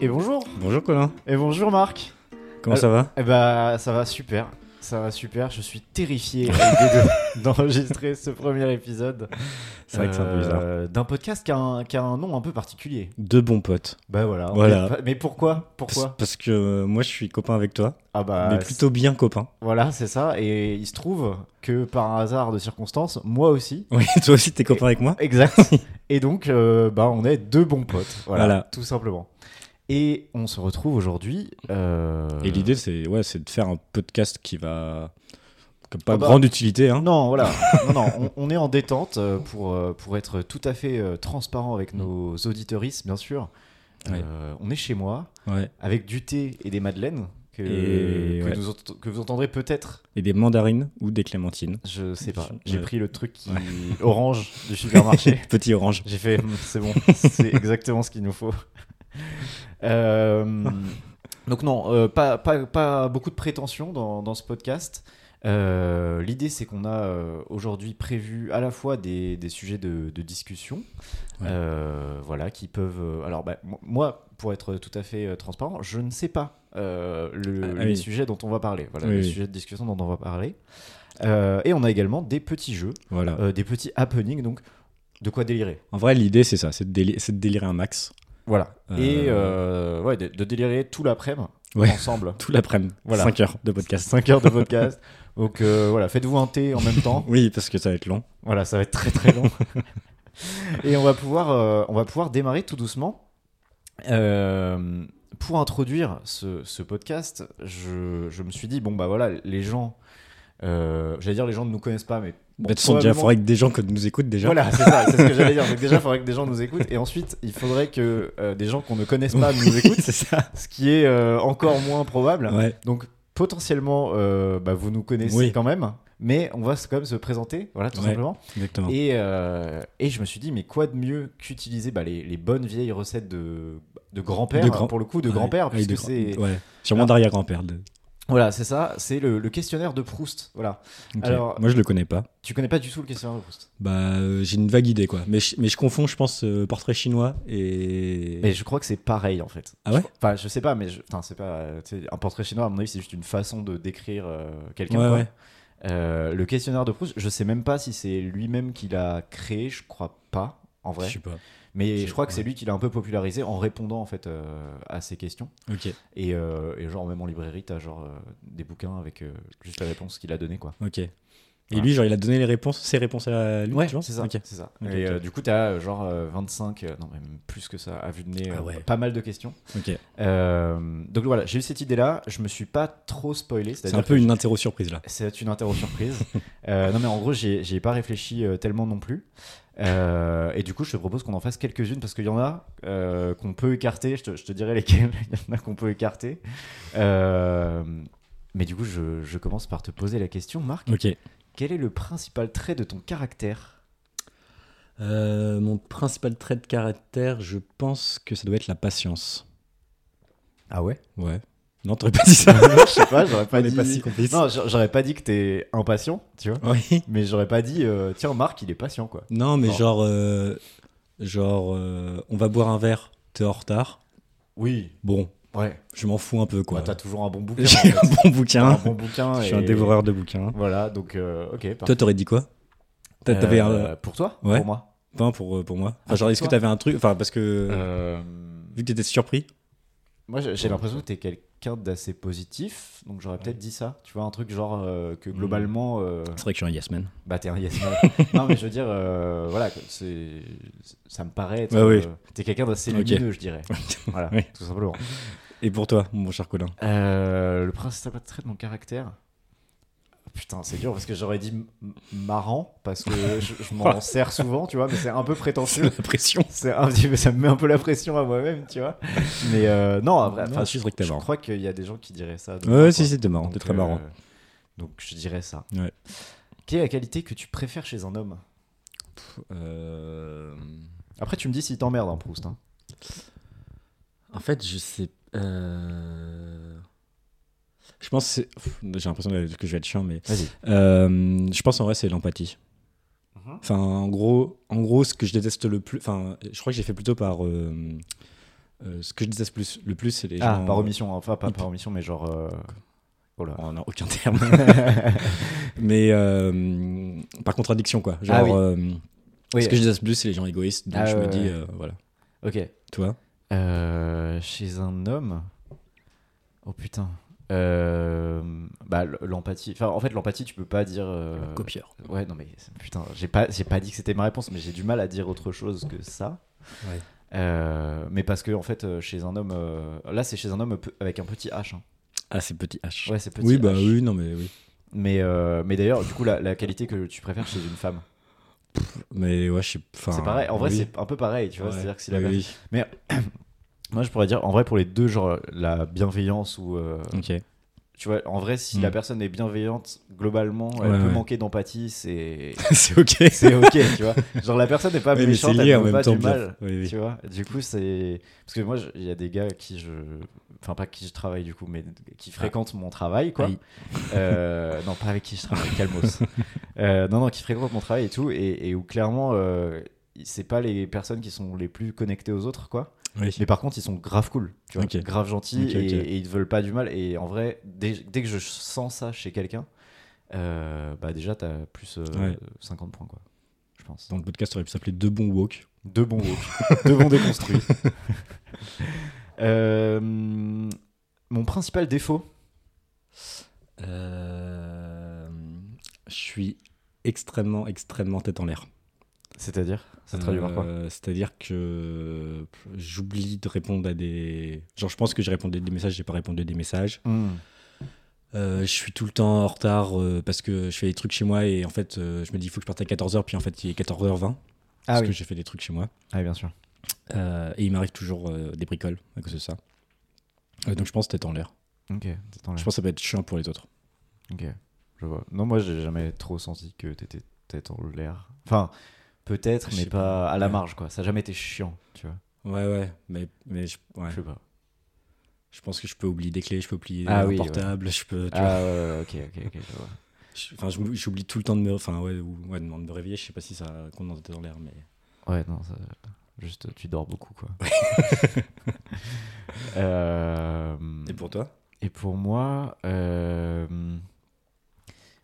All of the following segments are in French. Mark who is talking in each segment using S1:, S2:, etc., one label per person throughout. S1: Et bonjour
S2: Bonjour Colin,
S1: Et bonjour Marc
S2: comment ça va
S1: Eh bah ça va super, ça va super, je suis terrifié à l'idée de- d'enregistrer ce premier épisode
S2: C'est vrai que c'est un peu bizarre.
S1: euh, d'un podcast qui a, un, qui a un nom un peu particulier.
S2: Deux bons potes.
S1: Bah voilà.
S2: Voilà.
S1: Mais, mais pourquoi
S2: Parce,
S1: Pourquoi
S2: parce que euh, moi je suis copain avec toi,
S1: Ah bah
S2: mais plutôt bien copain.
S1: c'est- voilà, c'est ça et il se trouve que par un hasard de circonstances, moi aussi.
S2: Oui, toi aussi t'es copain avec moi
S1: Exact. et donc euh, bah on est deux bons potes, voilà,
S2: Voilà.
S1: tout simplement. Et on se retrouve aujourd'hui euh,
S2: Et l'idée c'est ouais, c'est de faire un podcast qui va... Comme pas
S1: Ah bah.
S2: grande utilité, hein
S1: Non, voilà. Non, non, on, on est en détente euh, pour, euh, pour être tout à fait euh, transparent
S2: Mm.
S1: avec nos auditeuristes, bien sûr. Euh,
S2: Ouais.
S1: on est chez moi,
S2: Ouais.
S1: avec du thé et des madeleines que,
S2: Et
S1: que,
S2: ouais.
S1: nous ent- que vous entendrez peut-être.
S2: Et des mandarines ou des clémentines.
S1: Je sais pas.
S2: Ouais.
S1: J'ai pris le truc qui... orange du supermarché.
S2: Petit orange.
S1: J'ai fait, Hum, c'est bon, c'est exactement ce qu'il nous faut. Euh, donc non, euh, pas, pas, pas beaucoup de prétention dans, dans ce podcast. Euh, L'idée, c'est qu'on a euh, aujourd'hui prévu à la fois des, des sujets de, de discussion,
S2: Ouais.
S1: euh, voilà, qui peuvent. euh, alors, bah, mo- moi, pour être tout à fait euh, transparent, je ne sais pas euh, le,
S2: Ah, ah
S1: les
S2: oui.
S1: sujets dont on va parler, voilà,
S2: Oui,
S1: les
S2: oui.
S1: sujets de discussion dont on va parler. Euh, et on a également des petits jeux,
S2: Voilà.
S1: euh, des petits happenings, donc de quoi délirer.
S2: En vrai l'idée c'est ça, c'est de, déli- c'est de délirer un max.
S1: Voilà.
S2: Euh,
S1: Et euh, ouais, de, de délirer tout l'après-midi
S2: Ouais.
S1: ensemble.
S2: Tout l'après-midi,
S1: Voilà.
S2: 5 heures de podcast.
S1: 5 heures de podcast. Donc euh, voilà, faites-vous un thé en même temps.
S2: Oui, parce que ça va être long.
S1: Voilà, ça va être très très long. Et on va pouvoir, euh, on va pouvoir démarrer tout doucement. Euh, pour introduire ce, ce podcast, je, je me suis dit, bon bah voilà, les gens, euh, j'allais dire les gens ne nous connaissent pas, mais... bon,
S2: Bah, de toute façon, déjà, il
S1: probablement-
S2: faudrait que des gens que nous écoutent déjà.
S1: Voilà, c'est ça, c'est ce que j'allais dire. Donc déjà, il faudrait que des gens nous écoutent. Et ensuite, il faudrait que euh, des gens qu'on ne connaisse pas nous écoutent.
S2: c'est ça.
S1: ce qui est euh, encore moins probable.
S2: Ouais.
S1: Donc potentiellement, euh, bah, vous nous connaissez
S2: Oui.
S1: quand même, mais on va se- quand même se présenter, voilà, tout
S2: Ouais.
S1: simplement.
S2: Exactement.
S1: Et, euh, et je me suis dit, mais quoi de mieux qu'utiliser bah, les, les bonnes vieilles recettes de, de grand-père,
S2: De grand-
S1: pour le coup, de
S2: Ouais,
S1: grand-père,
S2: ouais, de
S1: puisque c'est...
S2: grand- Ouais. Sûrement d'arrière-grand-père. de-
S1: Voilà, c'est ça, c'est le, le questionnaire de Proust, voilà.
S2: Ok.
S1: Alors-
S2: Moi, je le connais pas.
S1: Tu connais pas du tout le questionnaire de Proust
S2: Bah, euh, j'ai une vague idée, quoi. Mais je, mais je confonds, je pense, euh, portrait chinois et.
S1: Mais je crois que c'est pareil, en fait.
S2: Ah ouais
S1: Je- Enfin, je sais pas, mais je... Putain, c'est pas... euh, tu sais, Un portrait chinois, à mon avis, c'est juste une façon de décrire euh, quelqu'un,
S2: Ouais,
S1: quoi.
S2: ouais.
S1: Euh, le questionnaire de Proust, je sais même pas si c'est lui-même qui l'a créé, je crois pas, en vrai.
S2: Je sais pas.
S1: Mais
S2: je-
S1: je crois que c'est
S2: ouais.
S1: lui qui l'a un peu popularisé en répondant en fait euh, à ces questions.
S2: Ok,
S1: Et, euh, et genre même en librairie, t'as genre euh, des bouquins avec euh, juste la réponse qu'il a donnée quoi.
S2: ok. Et
S1: Voilà.
S2: lui, genre, il a donné les réponses, ses réponses à lui, tu vois
S1: Ah. c'est ça.
S2: Ok.
S1: c'est ça.
S2: Ok,
S1: et
S2: ok.
S1: euh, du coup, t'as euh, genre euh, 25, euh, non même plus que ça, à vue de nez,
S2: Ah
S1: euh,
S2: ouais.
S1: pas mal de questions.
S2: ok.
S1: Euh, donc voilà, j'ai eu cette idée là, je me suis pas trop spoilé.
S2: C'est
S1: c'est-à-dire
S2: un peu
S1: que
S2: une interro surprise, là.
S1: C'est une interro surprise. Euh, non, mais en gros, j'ai ai pas réfléchi euh, tellement non plus. Euh, et du coup, je te propose qu'on en fasse quelques-unes parce qu'il y en a euh, qu'on peut écarter. Je te, je te dirai lesquelles. Il y en a qu'on peut écarter. Euh, mais du coup, je, je commence par te poser la question, Marc.
S2: Ok.
S1: Quel est le principal trait de ton caractère
S2: Euh, mon principal trait de caractère, je pense que ça doit être la patience.
S1: Ah ouais
S2: Ouais. Non, t'aurais pas dit ça.
S1: Je sais pas, j'aurais pas
S2: On n'est
S1: dit.
S2: pas si complices.
S1: non, j'a- j'aurais pas dit que t'es impatient, tu vois.
S2: Oui.
S1: Mais j'aurais pas dit, euh, tiens, Marc, il est patient, quoi.
S2: Non, mais
S1: Non.
S2: genre, euh, genre, euh, on va boire un verre, t'es en retard.
S1: Oui,
S2: Bon,
S1: ouais.
S2: je m'en fous un peu, quoi.
S1: Bah, T'as toujours un bon bouquin.
S2: J'ai
S1: en fait.
S2: un bon
S1: T'as
S2: bouquin.
S1: un bon bouquin.
S2: Je suis un
S1: et-
S2: dévoreur de bouquins.
S1: Voilà, donc euh, ok. parfait.
S2: Toi, t'aurais dit quoi T'a- T'avais
S1: Euh,
S2: un
S1: pour toi,
S2: ouais.
S1: pour moi.
S2: pain pour, euh, pour moi Enfin,
S1: Ah,
S2: Genre,
S1: pour
S2: est-ce que
S1: toi
S2: t'avais un truc Enfin, parce que euh,
S1: Euh,
S2: vu que t'étais surpris,
S1: Moi, j'ai j'ai l'impression que t'es quelqu'un d'assez positif, donc j'aurais peut-être dit ça. Tu vois, un truc genre euh,
S2: Hmm.
S1: que globalement, euh,
S2: c'est vrai que je suis un yes man.
S1: bah t'es un yes man. non, mais je veux dire, euh, voilà, que c'est, ça me paraît. Être,
S2: Ouais, Bah oui.
S1: euh, t'es quelqu'un d'assez
S2: Ok.
S1: lumineux, je dirais. Voilà,
S2: Oui.
S1: tout simplement.
S2: Et pour toi, mon cher Colin
S1: Euh, le principal trait de mon caractère. Putain, c'est dur parce que j'aurais dit m- m- marrant parce que je, je m'en sers souvent, tu vois, mais c'est un peu
S2: C'est
S1: prétentieux.
S2: la pression.
S1: C'est un petit peu- ça me met un peu la pression à moi-même, tu vois. Mais euh, non, en vrai,
S2: Non,
S1: enfin,
S2: Ah, je suis sûr que t'es
S1: je
S2: marrant.
S1: crois qu'il y a des gens qui diraient ça. donc,
S2: Ouais,
S1: quoi.
S2: si, si, t'es marrant,
S1: Donc,
S2: t'es très
S1: euh,
S2: marrant.
S1: Donc je dirais ça.
S2: Ouais.
S1: Quelle est la qualité que tu préfères chez un homme
S2: Euh,
S1: Après, tu me dis si t'emmerdes, hein, Proust. hein.
S2: En fait, je sais. euh, Je pense que c'est- Pff, J'ai l'impression que je vais être chiant, mais.
S1: Vas-y.
S2: Euh, je pense en vrai, c'est l'empathie.
S1: Mhm.
S2: Enfin, en gros, en gros, ce que je déteste le plus. Enfin, je crois que j'ai fait plutôt par. euh, Euh, ce que je disais le plus, le plus c'est les
S1: Ah,
S2: gens.
S1: par omission, enfin pas
S2: il-
S1: par omission, mais genre. euh, Oh là.
S2: On n'a aucun terme. Mais euh, par contradiction, quoi. Genre,
S1: Ah oui.
S2: euh,
S1: Oui,
S2: ce que je disais le plus, c'est les gens égoïstes. Donc
S1: Ah,
S2: je
S1: ouais,
S2: me dis,
S1: ouais.
S2: euh, voilà.
S1: ok.
S2: Toi
S1: Euh, chez un homme. Oh putain. Euh, bah l- l'empathie. Enfin, en fait, l'empathie, tu peux pas dire. euh,
S2: Copieur.
S1: Ouais, non mais putain, j'ai pas, j'ai pas dit que c'était ma réponse, mais j'ai du mal à dire autre chose que ça.
S2: Ouais.
S1: Euh, mais parce que en fait, euh, chez un homme, euh, là, c'est chez un homme peu- avec un petit H. hein.
S2: Ah, c'est petit H.
S1: Ouais, c'est petit.
S2: oui, bah
S1: H.
S2: oui, non, mais oui.
S1: Mais euh, mais d'ailleurs, du coup, la, la qualité que tu préfères chez une femme,
S2: Mais ouais, je suis. enfin,
S1: c'est pareil. En vrai,
S2: Bah oui.
S1: c'est un peu pareil, tu vois.
S2: Ouais.
S1: C'est-à-dire que si la
S2: Oui,
S1: meuf-
S2: oui.
S1: moi, je pourrais dire, en vrai, pour les deux, genre la bienveillance ou euh,
S2: Ok.
S1: tu vois, en vrai, si
S2: Mm.
S1: la personne est bienveillante, globalement, elle
S2: Ouais,
S1: peut
S2: ouais.
S1: manquer d'empathie, c'est.
S2: c'est ok.
S1: C'est ok, tu vois. Genre, la personne n'est pas
S2: Ouais, mais c'est
S1: méchante,
S2: lié
S1: elle
S2: en
S1: ne veut
S2: même
S1: pas
S2: temps.
S1: du
S2: bien-
S1: mal.
S2: Oui, oui.
S1: Tu vois, du coup, c'est. Parce que moi, je- il y a des gars qui je. Enfin, pas qui je travaille du coup, mais qui fréquentent mon travail, quoi.
S2: Aïe.
S1: Euh, non, pas avec qui je travaille, calmos. Euh, non, non, qui fréquentent mon travail et tout, et, et où clairement, euh, c'est pas les personnes qui sont les plus connectées aux autres, quoi.
S2: Oui.
S1: Mais par contre, ils sont grave cool, tu vois,
S2: Ok.
S1: grave gentils
S2: Ok, ok.
S1: et, et ils te veulent pas du mal. Et en vrai, dès, dès que je sens ça chez quelqu'un, euh, bah déjà, t'as plus euh,
S2: Ouais.
S1: 50 points, quoi. Je pense.
S2: Dans le podcast, ça aurait pu s'appeler Deux bons woke.
S1: Deux bons woke. deux bons déconstruits. Euh, mon principal défaut,
S2: Euh, Je suis extrêmement, extrêmement tête en l'air.
S1: c'est-à-dire Ça traduit par quoi
S2: Euh, C'est-à-dire que j'oublie de répondre à des. Genre, je pense que j'ai répondu à des messages, j'ai pas répondu à des messages.
S1: Hmm.
S2: Euh, je suis tout le temps en retard euh, parce que je fais des trucs chez moi et en fait, euh, je me dis, il faut que je parte à 14h, puis en fait, il est 14h20 parce
S1: Ah
S2: que
S1: oui.
S2: j'ai fait des trucs chez moi.
S1: Ah oui, bien sûr.
S2: Euh, et il m'arrive toujours euh, des bricoles à cause de ça. Euh, donc, je pense tête en l'air.
S1: Ok, t'es en l'air.
S2: Je pense que ça peut être chiant pour les autres.
S1: Ok, je vois. Non, moi, j'ai jamais trop senti que t'étais tête en l'air. Enfin, peut-être,
S2: Je
S1: mais
S2: sais
S1: pas à la
S2: Ouais.
S1: marge, quoi. Ça a jamais été chiant, tu vois.
S2: Ouais, ouais, mais, mais je, ouais.
S1: Je sais pas.
S2: je pense que je peux oublier des clés, je peux oublier
S1: Ah
S2: un
S1: oui, ouais.
S2: portable, je peux. tu vois.
S1: Ah, ouais, ouais, ok, ok, ok, je vois.
S2: Je- Enfin, je m'ou- j'oublie tout le temps de me, enfin ouais, ou- ouais, de me réveiller. Je sais pas si ça compte dans dans l'air, mais
S1: Ouais, non, ça- juste tu dors beaucoup, quoi. Euh,
S2: et pour toi
S1: et pour moi, euh,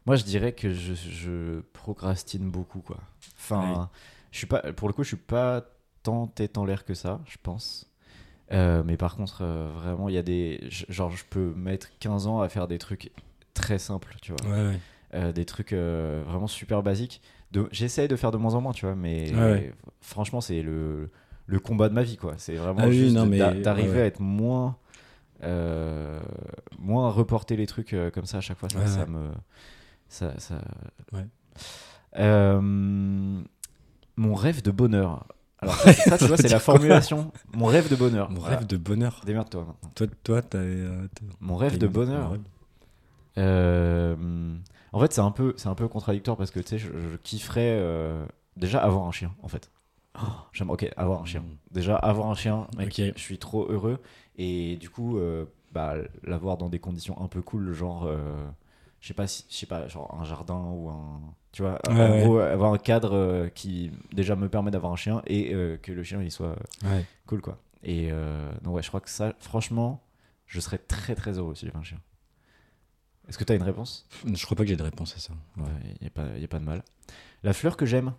S1: moi je dirais que je, je procrastine beaucoup, quoi. Enfin, je suis pas, pour le coup, je suis pas tant tête en l'air que ça, je pense. Euh, mais par contre, euh, vraiment, il y a des. je- Genre, je peux mettre 15 ans à faire des trucs très simples, tu vois.
S2: Ouais, ouais.
S1: Euh, des trucs euh, vraiment super basiques. De- J'essaye de faire de moins en moins, tu vois, mais
S2: Ouais, Ah ouais.
S1: franchement, c'est le, le combat de ma vie, quoi. C'est vraiment
S2: Ah oui,
S1: juste
S2: non,
S1: de-
S2: mais-
S1: d'a- d'arriver
S2: ouais, ouais.
S1: à être moins. euh, moins à reporter les trucs euh, comme ça à chaque fois, ça,
S2: Ouais,
S1: ça
S2: ouais.
S1: me. Ça, ça-
S2: Ouais.
S1: Euh, mon rêve de bonheur. Alors, ça, ça, tu vois, c'est la formulation. Mon rêve de bonheur.
S2: Mon
S1: Voilà.
S2: rêve de bonheur.
S1: Démerde-toi maintenant.
S2: Toi, toi, t'as. euh, t'as-
S1: Mon rêve
S2: t'as
S1: de
S2: une-
S1: bonheur.
S2: Ouais.
S1: Euh, en fait, c'est un peu, c'est un peu contradictoire parce que tu sais, je, je kifferais euh, déjà avoir un chien, en fait. Oh, J'aime, ok, avoir un chien. Déjà avoir un chien, mec,
S2: Hmm. Ok.
S1: je suis trop heureux. Et du coup, euh, bah, l'avoir dans des conditions un peu cool, genre, euh, je sais pas, si- je sais pas, genre un jardin ou un, tu vois,
S2: Ouais,
S1: en
S2: ouais.
S1: gros, avoir un cadre euh, qui déjà me permet d'avoir un chien et euh, que le chien il soit
S2: Ouais.
S1: cool, quoi. Et euh, non, ouais, je crois que ça, franchement, je serais très très heureux si j'avais un chien. Est-ce que t'as une réponse
S2: Pff, Je crois pas que j'ai de réponse à ça.
S1: Ouais, il n'y a, pas de mal. La fleur que j'aime.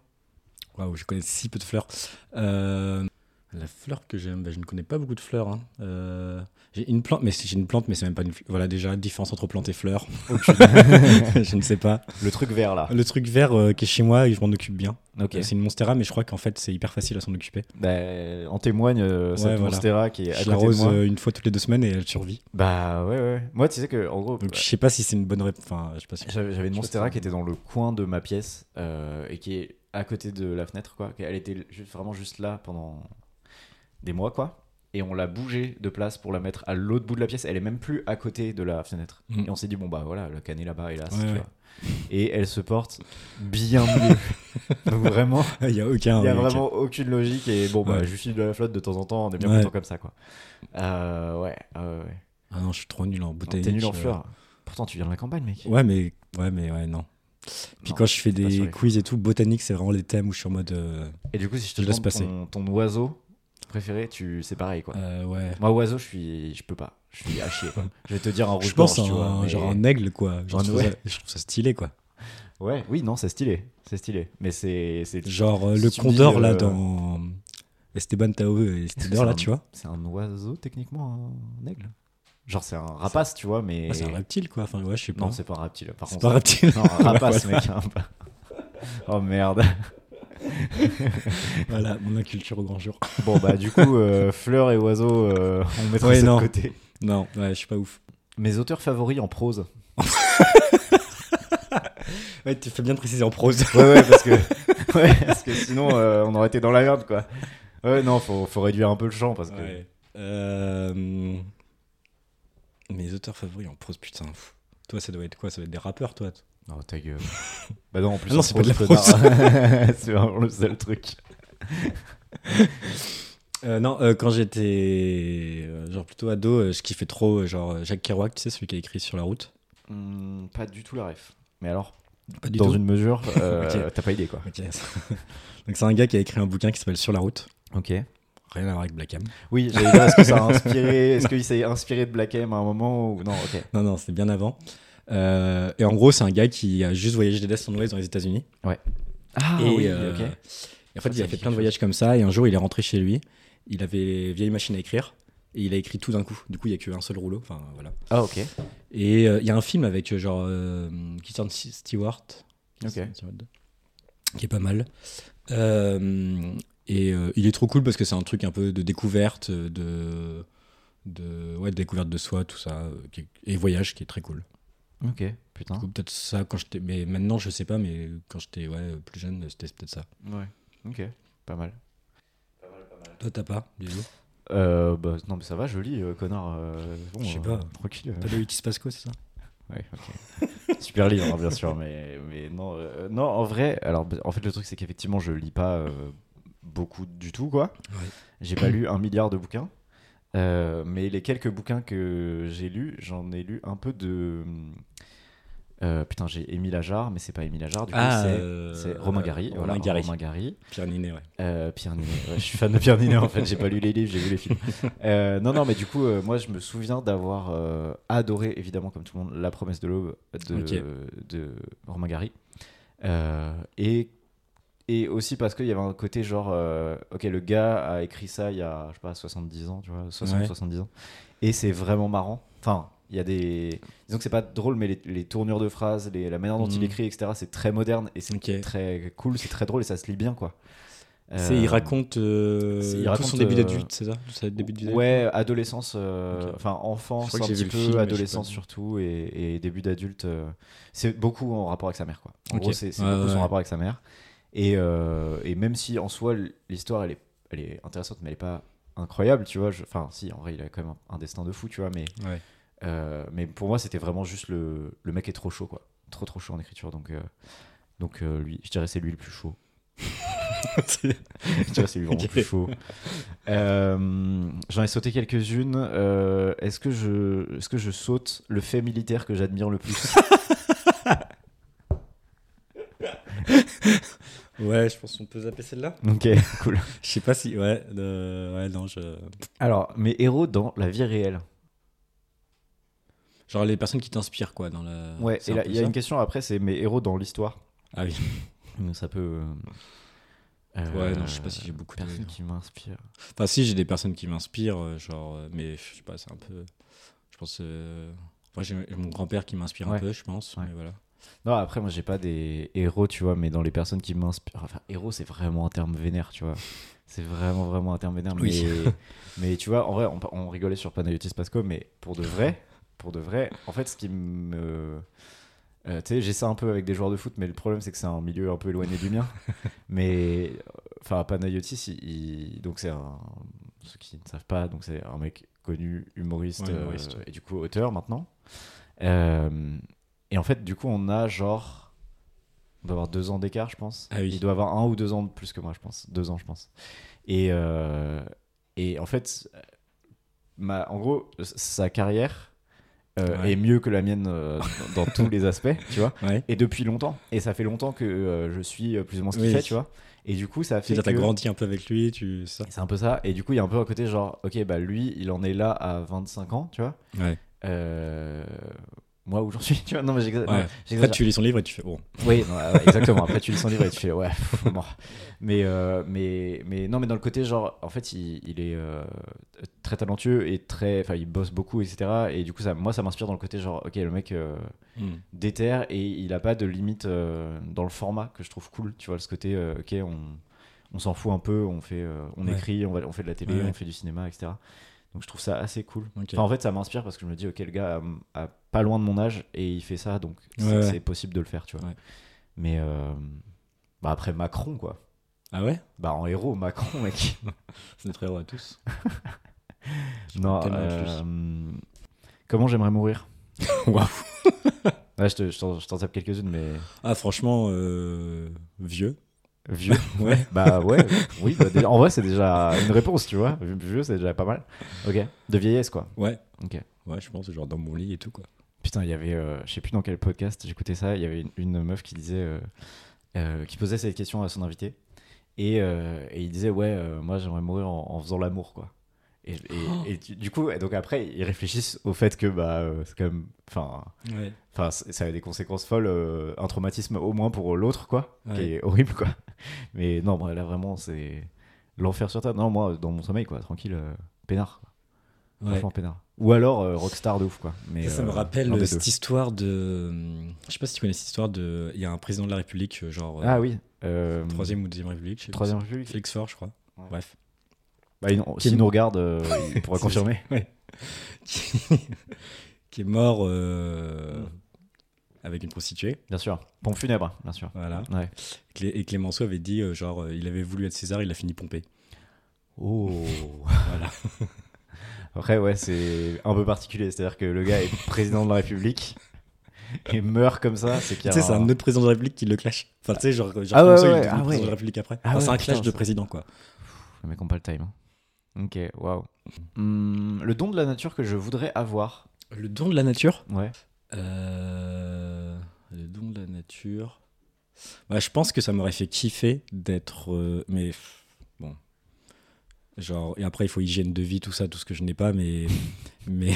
S2: Waouh, je connais si peu de fleurs. Euh, La fleur que j'aime, bah, je ne connais pas beaucoup de fleurs. hein. Euh, J'ai une plante, mais c'est- j'ai une plante, mais c'est même pas une. fleur. Voilà déjà différence entre plante et fleur. je ne sais pas.
S1: Le truc vert là.
S2: Le truc vert euh, qui est chez moi, et je m'en occupe bien.
S1: Ok.
S2: C'est une monstera, mais je crois qu'en fait c'est hyper facile à s'en occuper.
S1: Bah, en témoigne euh, cette
S2: Ouais, voilà.
S1: monstera qui est à
S2: Je
S1: côté de
S2: l'arrose
S1: moi.
S2: euh, une fois toutes les deux semaines et elle survit.
S1: Bah ouais, ouais. Moi, tu sais que, en gros,
S2: Donc
S1: bah,
S2: je sais pas si c'est une bonne réponse. Enfin, je sais pas si.
S1: j'avais j'avais une
S2: je
S1: monstera
S2: sais.
S1: qui était dans le coin de ma pièce euh, et qui est à côté de la fenêtre, quoi. Elle était juste- vraiment juste là pendant des mois, quoi. Et on l'a bougée de place pour la mettre à l'autre bout de la pièce. Elle est même plus à côté de la fenêtre.
S2: Mm.
S1: Et on s'est dit, bon, bah voilà, le canet là-bas, hélas.
S2: Ouais,
S1: tu
S2: ouais.
S1: vois. Et elle se porte bien mieux. Donc vraiment,
S2: Il y a aucun.
S1: Il n'y a
S2: Ah oui, ok.
S1: vraiment aucune logique et bon, bah,
S2: Ouais.
S1: je suis de la flotte de temps en temps, on est bien
S2: Ouais.
S1: content comme ça, quoi. Euh, ouais, euh, ouais.
S2: Ah non, je suis trop nul en
S1: T'es
S2: botanique.
S1: nul en
S2: euh.
S1: fleurs. Pourtant, tu viens de la campagne, mec.
S2: Ouais, mais ouais, mais ouais, non. Puis
S1: Non,
S2: quand je fais
S1: pas sûr,
S2: des
S1: les
S2: quiz et tout, botanique, c'est vraiment les thèmes où je suis en mode. euh,
S1: Et du coup, si je te
S2: Je laisse
S1: demande
S2: passer.
S1: ton, ton oiseau, préféré, tu... c'est pareil quoi.
S2: Euh, ouais.
S1: Moi, oiseau, je suis, je peux pas. Je suis à chier. quoi. Je vais te dire un rouge
S2: Je pense
S1: blanche,
S2: à
S1: tu vois.
S2: un,
S1: mais-
S2: genre un aigle, quoi. Genre,
S1: Un
S2: je, trouve
S1: ouais.
S2: ça, je trouve ça stylé, quoi.
S1: Ouais, oui, non, c'est stylé, c'est stylé. Mais c'est, c'est,
S2: Genre euh,
S1: Si
S2: le
S1: tu
S2: condor,
S1: dis,
S2: là,
S1: euh,
S2: dans Esteban Tao et Esteban, là,
S1: un-
S2: tu vois.
S1: c'est un oiseau techniquement un aigle. Genre c'est un rapace, tu vois, mais
S2: Ah, c'est un reptile, quoi. Enfin, ouais, je sais pas.
S1: non, c'est pas un reptile. Par
S2: C'est
S1: contre,
S2: pas un reptile.
S1: non, un rapace,
S2: Voilà.
S1: mec. un pa- oh merde.
S2: voilà, mon inculture au grand jour.
S1: Bon bah du coup, euh, fleurs et oiseaux, euh, on mettra
S2: Ouais,
S1: ça
S2: non.
S1: de côté.
S2: Non, ouais, je suis pas ouf.
S1: Mes auteurs favoris en prose.
S2: Ouais, tu fais bien de préciser en prose.
S1: Ouais, ouais, parce que, ouais, parce que sinon euh, on aurait été dans la merde, quoi. Ouais, non, faut, faut réduire un peu le champ parce que.
S2: Ouais. Euh, Mes auteurs favoris en prose, putain. pff. Toi, ça doit être quoi Ça doit être des rappeurs, toi.
S1: Non, ta gueule. bah non, en plus,
S2: Ah non,
S1: en
S2: c'est pas de la
S1: prose, connard. c'est vraiment le seul truc.
S2: Euh, non, euh, quand j'étais euh, genre plutôt ado, euh, je kiffais trop euh, genre euh, Jacques Kerouac, tu sais, celui qui a écrit sur la route.
S1: Hmm, pas du tout la ref. Mais alors,
S2: Pas du
S1: dans
S2: tout.
S1: une mesure, euh,
S2: Ok.
S1: t'as pas idée quoi.
S2: Ok. Donc c'est un gars qui a écrit un bouquin qui s'appelle Sur la route.
S1: Ok.
S2: Rien à voir avec Black M.
S1: Oui, j'allais dire, est-ce que ça a inspiré, est-ce qu'il s'est inspiré de Black M à un moment ou non Ok.
S2: Non, non, c'était bien avant. Euh, et en gros, c'est un gars qui a juste voyagé des West en Ouest dans les États-Unis.
S1: Ah
S2: et, euh, et en fait,
S1: Ça, ça
S2: il
S1: me
S2: a fait
S1: dit
S2: plein de
S1: quelque
S2: voyages comme ça. Et un jour, il est rentré chez lui. Il avait les vieilles machines à écrire. Et il a écrit tout d'un coup. Du coup, il n'y a qu'un seul rouleau. Enfin, voilà.
S1: Ah ok.
S2: Et euh, il y a un film avec euh, genre euh, Kirsten Ste- Stewart. Kirsten Stewart, Qui est pas mal. Euh, et euh, il est trop cool parce que c'est un truc un peu de découverte, euh, de, de, ouais, de découverte de soi, tout ça. euh, qui est- Et voyage qui est très cool.
S1: Ok. Putain.
S2: Du coup, peut-être ça quand j'étais. Mais maintenant, je sais pas, mais quand j'étais ouais, plus jeune, c'était peut-être ça.
S1: Ouais. Ok. Pas mal.
S2: Toi, t'as pas, bisous.
S1: Euh, bah, non mais ça va, joli, euh, connard. euh, bon,
S2: Je sais
S1: euh,
S2: pas.
S1: Tranquille. euh.
S2: T'as le qui se passe quoi, c'est ça
S1: Ouais, ok. Super livre, hein, bien sûr, mais, mais non, euh, non, en vrai, alors bah, en fait, le truc, c'est qu'effectivement, je lis pas euh, beaucoup du tout, quoi.
S2: Ouais.
S1: J'ai pas lu un milliard de bouquins, euh, mais les quelques bouquins que j'ai lus, j'en ai lu un peu de. euh, putain, j'ai Émile Ajar, mais c'est pas Émile Ajar, du coup,
S2: Ah,
S1: c'est-
S2: euh,
S1: c'est Romain Gary. voilà, Ah, euh, Romain Gary.
S2: Pierre Ninet, ouais.
S1: Euh, Pierre Ninet. Ouais, je suis fan de Pierre Ninet en fait. J'ai pas lu les livres, j'ai vu les films. Euh, non, non, mais du coup, euh, moi, je me souviens d'avoir euh, adoré, évidemment, comme tout le monde, La promesse de l'aube de,
S2: Ok.
S1: de Romain Gary. Euh, et, et aussi parce qu'il y avait un côté genre, euh, ok, le gars a écrit ça il y a, je sais pas, 70 ans, tu vois, 60,
S2: Ouais.
S1: 70 ans. Et c'est vraiment marrant. Enfin, il y a des. Disons que c'est pas drôle, mais les, les tournures de phrases, les- la manière dont il
S2: Mhm.
S1: écrit, etc., c'est très moderne et c'est
S2: Ok.
S1: très cool, c'est très drôle et ça se lit bien, quoi.
S2: C'est,
S1: Euh,
S2: il raconte, euh,
S1: c'est- il
S2: tout
S1: raconte,
S2: son début
S1: euh,
S2: d'adulte, c'est ça Sa début de vie
S1: Ouais, adolescence, euh,
S2: Ok.
S1: enfin
S2: Je
S1: enfance,
S2: crois
S1: un
S2: que j'ai
S1: petit
S2: vu le
S1: peu,
S2: film, mais je sais
S1: adolescence
S2: pas.
S1: surtout, et, et début d'adulte. euh, c'est beaucoup en rapport avec sa mère, quoi. En
S2: Ok.
S1: gros, c'est c'est
S2: Ouais,
S1: beaucoup
S2: ouais,
S1: son
S2: ouais.
S1: rapport avec sa mère. Et, euh, et même si en soi, l'histoire, elle est, elle est intéressante, mais elle est pas incroyable, tu vois. je- Enfin, si, en vrai, il a quand même un, un destin de fou, tu vois, mais,
S2: Ouais.
S1: euh, mais pour moi, c'était vraiment juste le, le mec est trop chaud, quoi. Trop, trop chaud en écriture, donc. euh, donc euh, lui, je dirais c'est lui le plus chaud.
S2: C'est-
S1: Je dirais c'est lui vraiment le
S2: Ok.
S1: plus chaud. Euh, J'en ai sauté quelques-unes. Euh, Est-ce que je, est-ce que je saute le fait militaire que j'admire le plus
S2: ouais, je pense qu'on peut zapper celle-là.
S1: Ok, cool.
S2: Je sais pas si. Ouais, euh, ouais, non, je.
S1: Alors, mes héros dans la vie réelle.
S2: Genre les personnes qui t'inspirent, quoi, dans la.
S1: Ouais.
S2: c'est
S1: Et
S2: un
S1: là,
S2: peu
S1: il y a
S2: ça
S1: une question après, c'est mes héros dans l'histoire.
S2: Ah oui.
S1: Donc ça peut. euh,
S2: Ouais,
S1: euh,
S2: non, je sais pas si j'ai beaucoup de.
S1: Personne qui m'inspire.
S2: Enfin, si, j'ai des personnes qui m'inspirent, euh, genre, euh, mais je sais pas, c'est un peu. Je pense. euh, Enfin, j'ai j'ai mon grand-père qui m'inspire
S1: Ouais.
S2: un peu, je pense.
S1: Ouais.
S2: Mais voilà.
S1: Non, après, moi, j'ai pas des héros, tu vois, mais dans les personnes qui m'inspirent. Enfin, héros, c'est vraiment un terme vénère, tu vois. C'est vraiment, vraiment un terme vénère. Mais,
S2: Oui.
S1: mais tu vois, en vrai, on, on rigolait sur Panayotis Pasco, mais pour de vrai, pour de vrai, en fait, ce qui me. euh, tu sais, j'ai ça un peu avec des joueurs de foot, mais le problème, c'est que c'est un milieu un peu éloigné du mien. Mais. euh, Enfin, Panayotis, il, il- donc c'est un. Ceux qui ne savent pas, donc c'est un mec connu, humoriste,
S2: Ouais, humoriste,
S1: euh,
S2: ouais.
S1: et du coup, auteur maintenant. Euh, et en fait, du coup, on a genre. On doit avoir deux ans d'écart, je pense.
S2: Ah oui.
S1: Il doit avoir un ou deux ans de plus que moi, je pense. Deux ans, je pense. Et, euh, et en fait, ma, en gros, sa carrière, euh,
S2: Ouais.
S1: est mieux que la mienne euh, dans, dans tous les aspects, tu vois.
S2: Ouais.
S1: Et depuis longtemps. Et ça fait longtemps que euh, je suis euh, plus ou moins ce qu'il
S2: Oui.
S1: fait, tu vois. Et du coup, ça fait.
S2: C'est-à-dire, t'as
S1: que-
S2: grandi un peu avec lui, tu. Ça.
S1: C'est un peu ça. Et du coup, il y a un peu à côté, genre, ok, bah lui, il en est là à 25 ans, tu vois.
S2: Ouais.
S1: Euh, Moi, où j'en suis, tu vois. Non, mais j'exa- non,
S2: Ouais.
S1: j'exagère.
S2: Après, tu lis son livre et tu fais oh, bon.
S1: Oui, non, ouais, ouais, exactement. Après, tu lis son livre et tu fais, ouais, pff, mort. Mais, euh, mais, mais non, mais dans le côté, genre, en fait, il, il est euh, très talentueux et très. Enfin, il bosse beaucoup, etc. Et du coup, ça, moi, ça m'inspire dans le côté, genre, ok, le mec euh,
S2: Hmm.
S1: déterre et il a pas de limite euh, dans le format que je trouve cool. Tu vois, ce côté, euh, ok, on, on s'en fout un peu, on, fait, euh, on
S2: Ouais.
S1: écrit, on, va, on fait de la télé,
S2: Ouais, ouais.
S1: on fait du cinéma, etc. Donc, je trouve ça assez cool.
S2: Ok.
S1: Enfin, en fait, ça m'inspire parce que je me dis, ok, le gars a, a pas loin de mon âge et il fait ça, donc c'est
S2: Ouais, ouais.
S1: c'est possible de le faire, tu vois.
S2: Ouais.
S1: Mais euh, bah après Macron, quoi.
S2: Ah ouais
S1: Bah en héros, Macron, mec.
S2: C'est notre héros à tous.
S1: non,
S2: tellement
S1: euh,
S2: être
S1: comment j'aimerais mourir
S2: Waouh.
S1: Là, je te- je t'en je t'en tape quelques-unes, mais
S2: Ah, franchement, euh, vieux.
S1: vieux.
S2: Ouais.
S1: bah ouais, oui. bah, déjà- en vrai, c'est déjà une réponse, tu vois. Vieux, c'est déjà pas mal. Ok. De vieillesse, quoi.
S2: Ouais.
S1: Ok.
S2: Ouais, je pense, genre dans mon lit et tout, quoi.
S1: Putain, il y avait, euh, je sais plus dans quel podcast, j'écoutais ça, il y avait une, une meuf qui disait, euh, euh, qui posait cette question à son invité, et, euh, et il disait ouais, euh, moi j'aimerais mourir en, en faisant l'amour quoi. Et, et-
S2: Oh.
S1: et du- du coup, donc après, ils réfléchissent au fait que bah euh, c'est quand même, enfin,
S2: Ouais.
S1: enfin, c- ça a des conséquences folles, euh, un traumatisme au moins pour l'autre quoi, qui
S2: Ouais.
S1: est horrible quoi. Mais non, moi, là vraiment c'est l'enfer sur terre. Non, moi dans mon sommeil quoi, tranquille, euh, peinard, quoi. franchement peinard. Ou alors euh, rockstar de ouf quoi. Mais
S2: Ça, ça me
S1: euh, l'un
S2: rappelle
S1: des deux.
S2: cette histoire de. euh, Je sais pas si tu connais cette histoire de. Il y a un président de la République, euh, genre. euh,
S1: Ah oui. Euh,
S2: Troisième ou deuxième République, je sais
S1: Troisième
S2: plus.
S1: République.
S2: Félix Faure, je crois.
S1: Ouais.
S2: Bref.
S1: Bah, il-
S2: Qui-
S1: S'il nous regarde, euh, il pourra
S2: C'est
S1: confirmer.
S2: Qui est mort euh,
S1: Mm.
S2: avec une prostituée.
S1: Bien sûr. Pompe funèbre, hein, bien sûr.
S2: Voilà.
S1: Ouais.
S2: Clé- Et Clémenceau avait dit, euh, genre, euh, il avait voulu être César, il a fini pompé.
S1: Oh. voilà. Après, ouais, c'est un peu particulier. C'est-à-dire que le gars est président de la République et meurt comme ça. C'est
S2: Tu
S1: qu'il y a
S2: sais, c'est
S1: un-
S2: un autre président de la République qui le clash. Enfin, tu sais, genre, genre
S1: Ah ouais,
S2: Clémenceau, il est
S1: ouais,
S2: devenu
S1: ah
S2: président
S1: ouais.
S2: de la République après.
S1: Ah
S2: Enfin,
S1: ouais,
S2: c'est un
S1: putain,
S2: clash de
S1: ça-
S2: président, quoi.
S1: Les mecs ont pas le time. hein. Ok, waouh. Hum, le don de la nature que je voudrais avoir.
S2: Le don de la nature
S1: Ouais.
S2: Euh, Le don de la nature. Bah, je pense que ça m'aurait fait kiffer d'être. euh, mais pff, bon. Genre, et après, il faut hygiène de vie, tout ça, tout ce que je n'ai pas, mais. mais,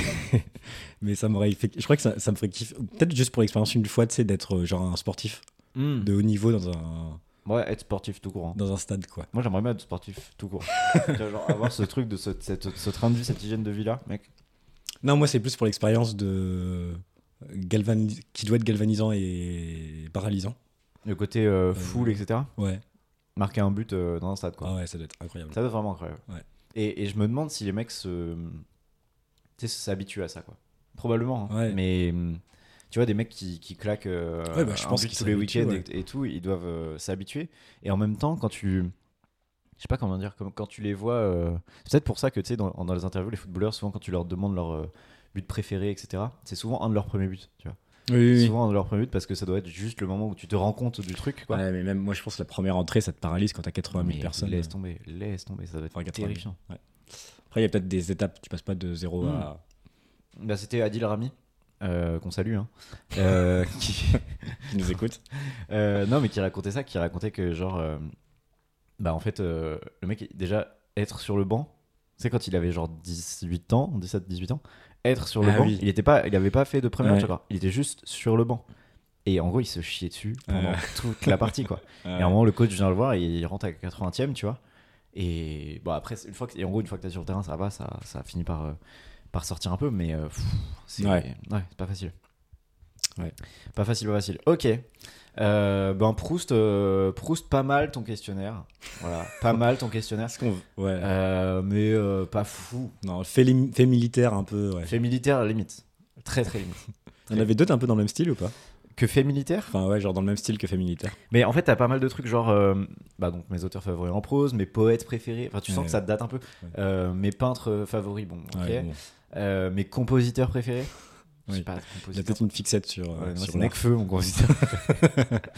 S2: mais ça m'aurait fait. Je crois que ça, ça me ferait kiffer. Peut-être juste pour l'expérience une fois, tu sais, d'être euh, genre un sportif
S1: Hum.
S2: de haut niveau dans un,
S1: Ouais, être sportif tout court. hein.
S2: dans un stade, quoi.
S1: Moi, j'aimerais bien être sportif tout court. Tu vois, genre, avoir ce truc de ce, cette- ce train de vie, cette hygiène de vie là, mec.
S2: Non, moi, c'est plus pour l'expérience de. galvanis- qui doit être galvanisant et paralysant.
S1: Le côté euh, full, etc.
S2: Ouais.
S1: marquer un but euh, dans un stade. Quoi.
S2: Ah ouais, ça doit être incroyable.
S1: Ça doit être vraiment incroyable.
S2: Ouais.
S1: Et, et je me demande si les mecs se tu sais, s'habituent à ça. quoi. Probablement. hein.
S2: Ouais.
S1: Mais hum, tu vois, des mecs qui, qui claquent euh,
S2: Ouais, bah, je
S1: un
S2: pense
S1: but
S2: qu'ils
S1: tous les
S2: s'habituent,
S1: week-ends
S2: ouais.
S1: et, et tout, ils doivent euh, s'habituer. Et en même temps, quand tu. Je sais pas comment dire, comme quand tu les vois. euh, C'est peut-être pour ça que tu sais, dans, dans les interviews, les footballeurs, souvent quand tu leur demandes leur euh, but préféré, etc., c'est souvent un de leurs premiers buts. Tu vois.
S2: Oui, oui, oui.
S1: Souvent un de leurs premiers buts parce que ça doit être juste le moment où tu te rends compte du truc. Quoi.
S2: Ouais, mais même moi, je pense que la première entrée, ça te paralyse quand t'as 80 000
S1: Mais
S2: personnes.
S1: Laisse tomber, laisse tomber, ça doit être
S2: Enfin, 80 000.
S1: terrifiant.
S2: Après, il y a peut-être des étapes, tu passes pas de
S1: Hmm.
S2: 0 à.
S1: Bah, c'était Adil Rami, euh, qu'on salue, hein, euh, qui-
S2: qui nous écoute.
S1: euh, non mais qui racontait ça, qui racontait que genre, euh, bah en fait, euh, le mec, déjà, être sur le banc, c'est quand il avait genre 18 ans, 17-18 ans, être sur le
S2: Ah
S1: banc,
S2: oui.
S1: il était pas, il avait pas fait de premier match
S2: Ouais.
S1: encore, il était juste sur le banc. Et en gros, il se chiait dessus pendant
S2: Ouais.
S1: toute la partie, quoi.
S2: Euh,
S1: Et à un moment, le coach vient le voir et il rentre à 80 e tu vois. Et bon, après, une fois que, et en gros, une fois que t'es sur le terrain, ça va, ça, ça finit par, euh, par sortir un peu, mais euh, pff, c'est
S2: Ouais.
S1: ouais, c'est pas facile.
S2: Ouais.
S1: Pas facile, pas facile. Ok. Euh, ben, Proust, euh, Proust, pas mal ton questionnaire. Voilà, pas mal ton questionnaire.
S2: Est-ce qu'on. Ouais.
S1: Euh, mais euh, pas fou.
S2: Non, fait, lim- fait militaire un peu. Ouais.
S1: Fait militaire, limite. Très, très limite.
S2: Il y en avait d'autres un peu dans le même style ou pas
S1: Que fait militaire
S2: Enfin, ouais, genre dans le même style que fait militaire.
S1: Mais en fait, t'as pas mal de trucs, genre euh, bah, donc mes auteurs favoris en prose, mes poètes préférés. Enfin, tu sens
S2: Ouais.
S1: que ça te date un peu.
S2: Ouais.
S1: Euh, mes peintres euh, favoris, bon, ok.
S2: Ouais, bon.
S1: Euh, mes compositeurs préférés. Je sais
S2: Oui.
S1: pas,
S2: Il y a
S1: compositeur.
S2: peut-être une fixette sur. euh,
S1: Ouais, moi,
S2: sur
S1: c'est
S2: l'art.
S1: Necfeu, mon compositeur.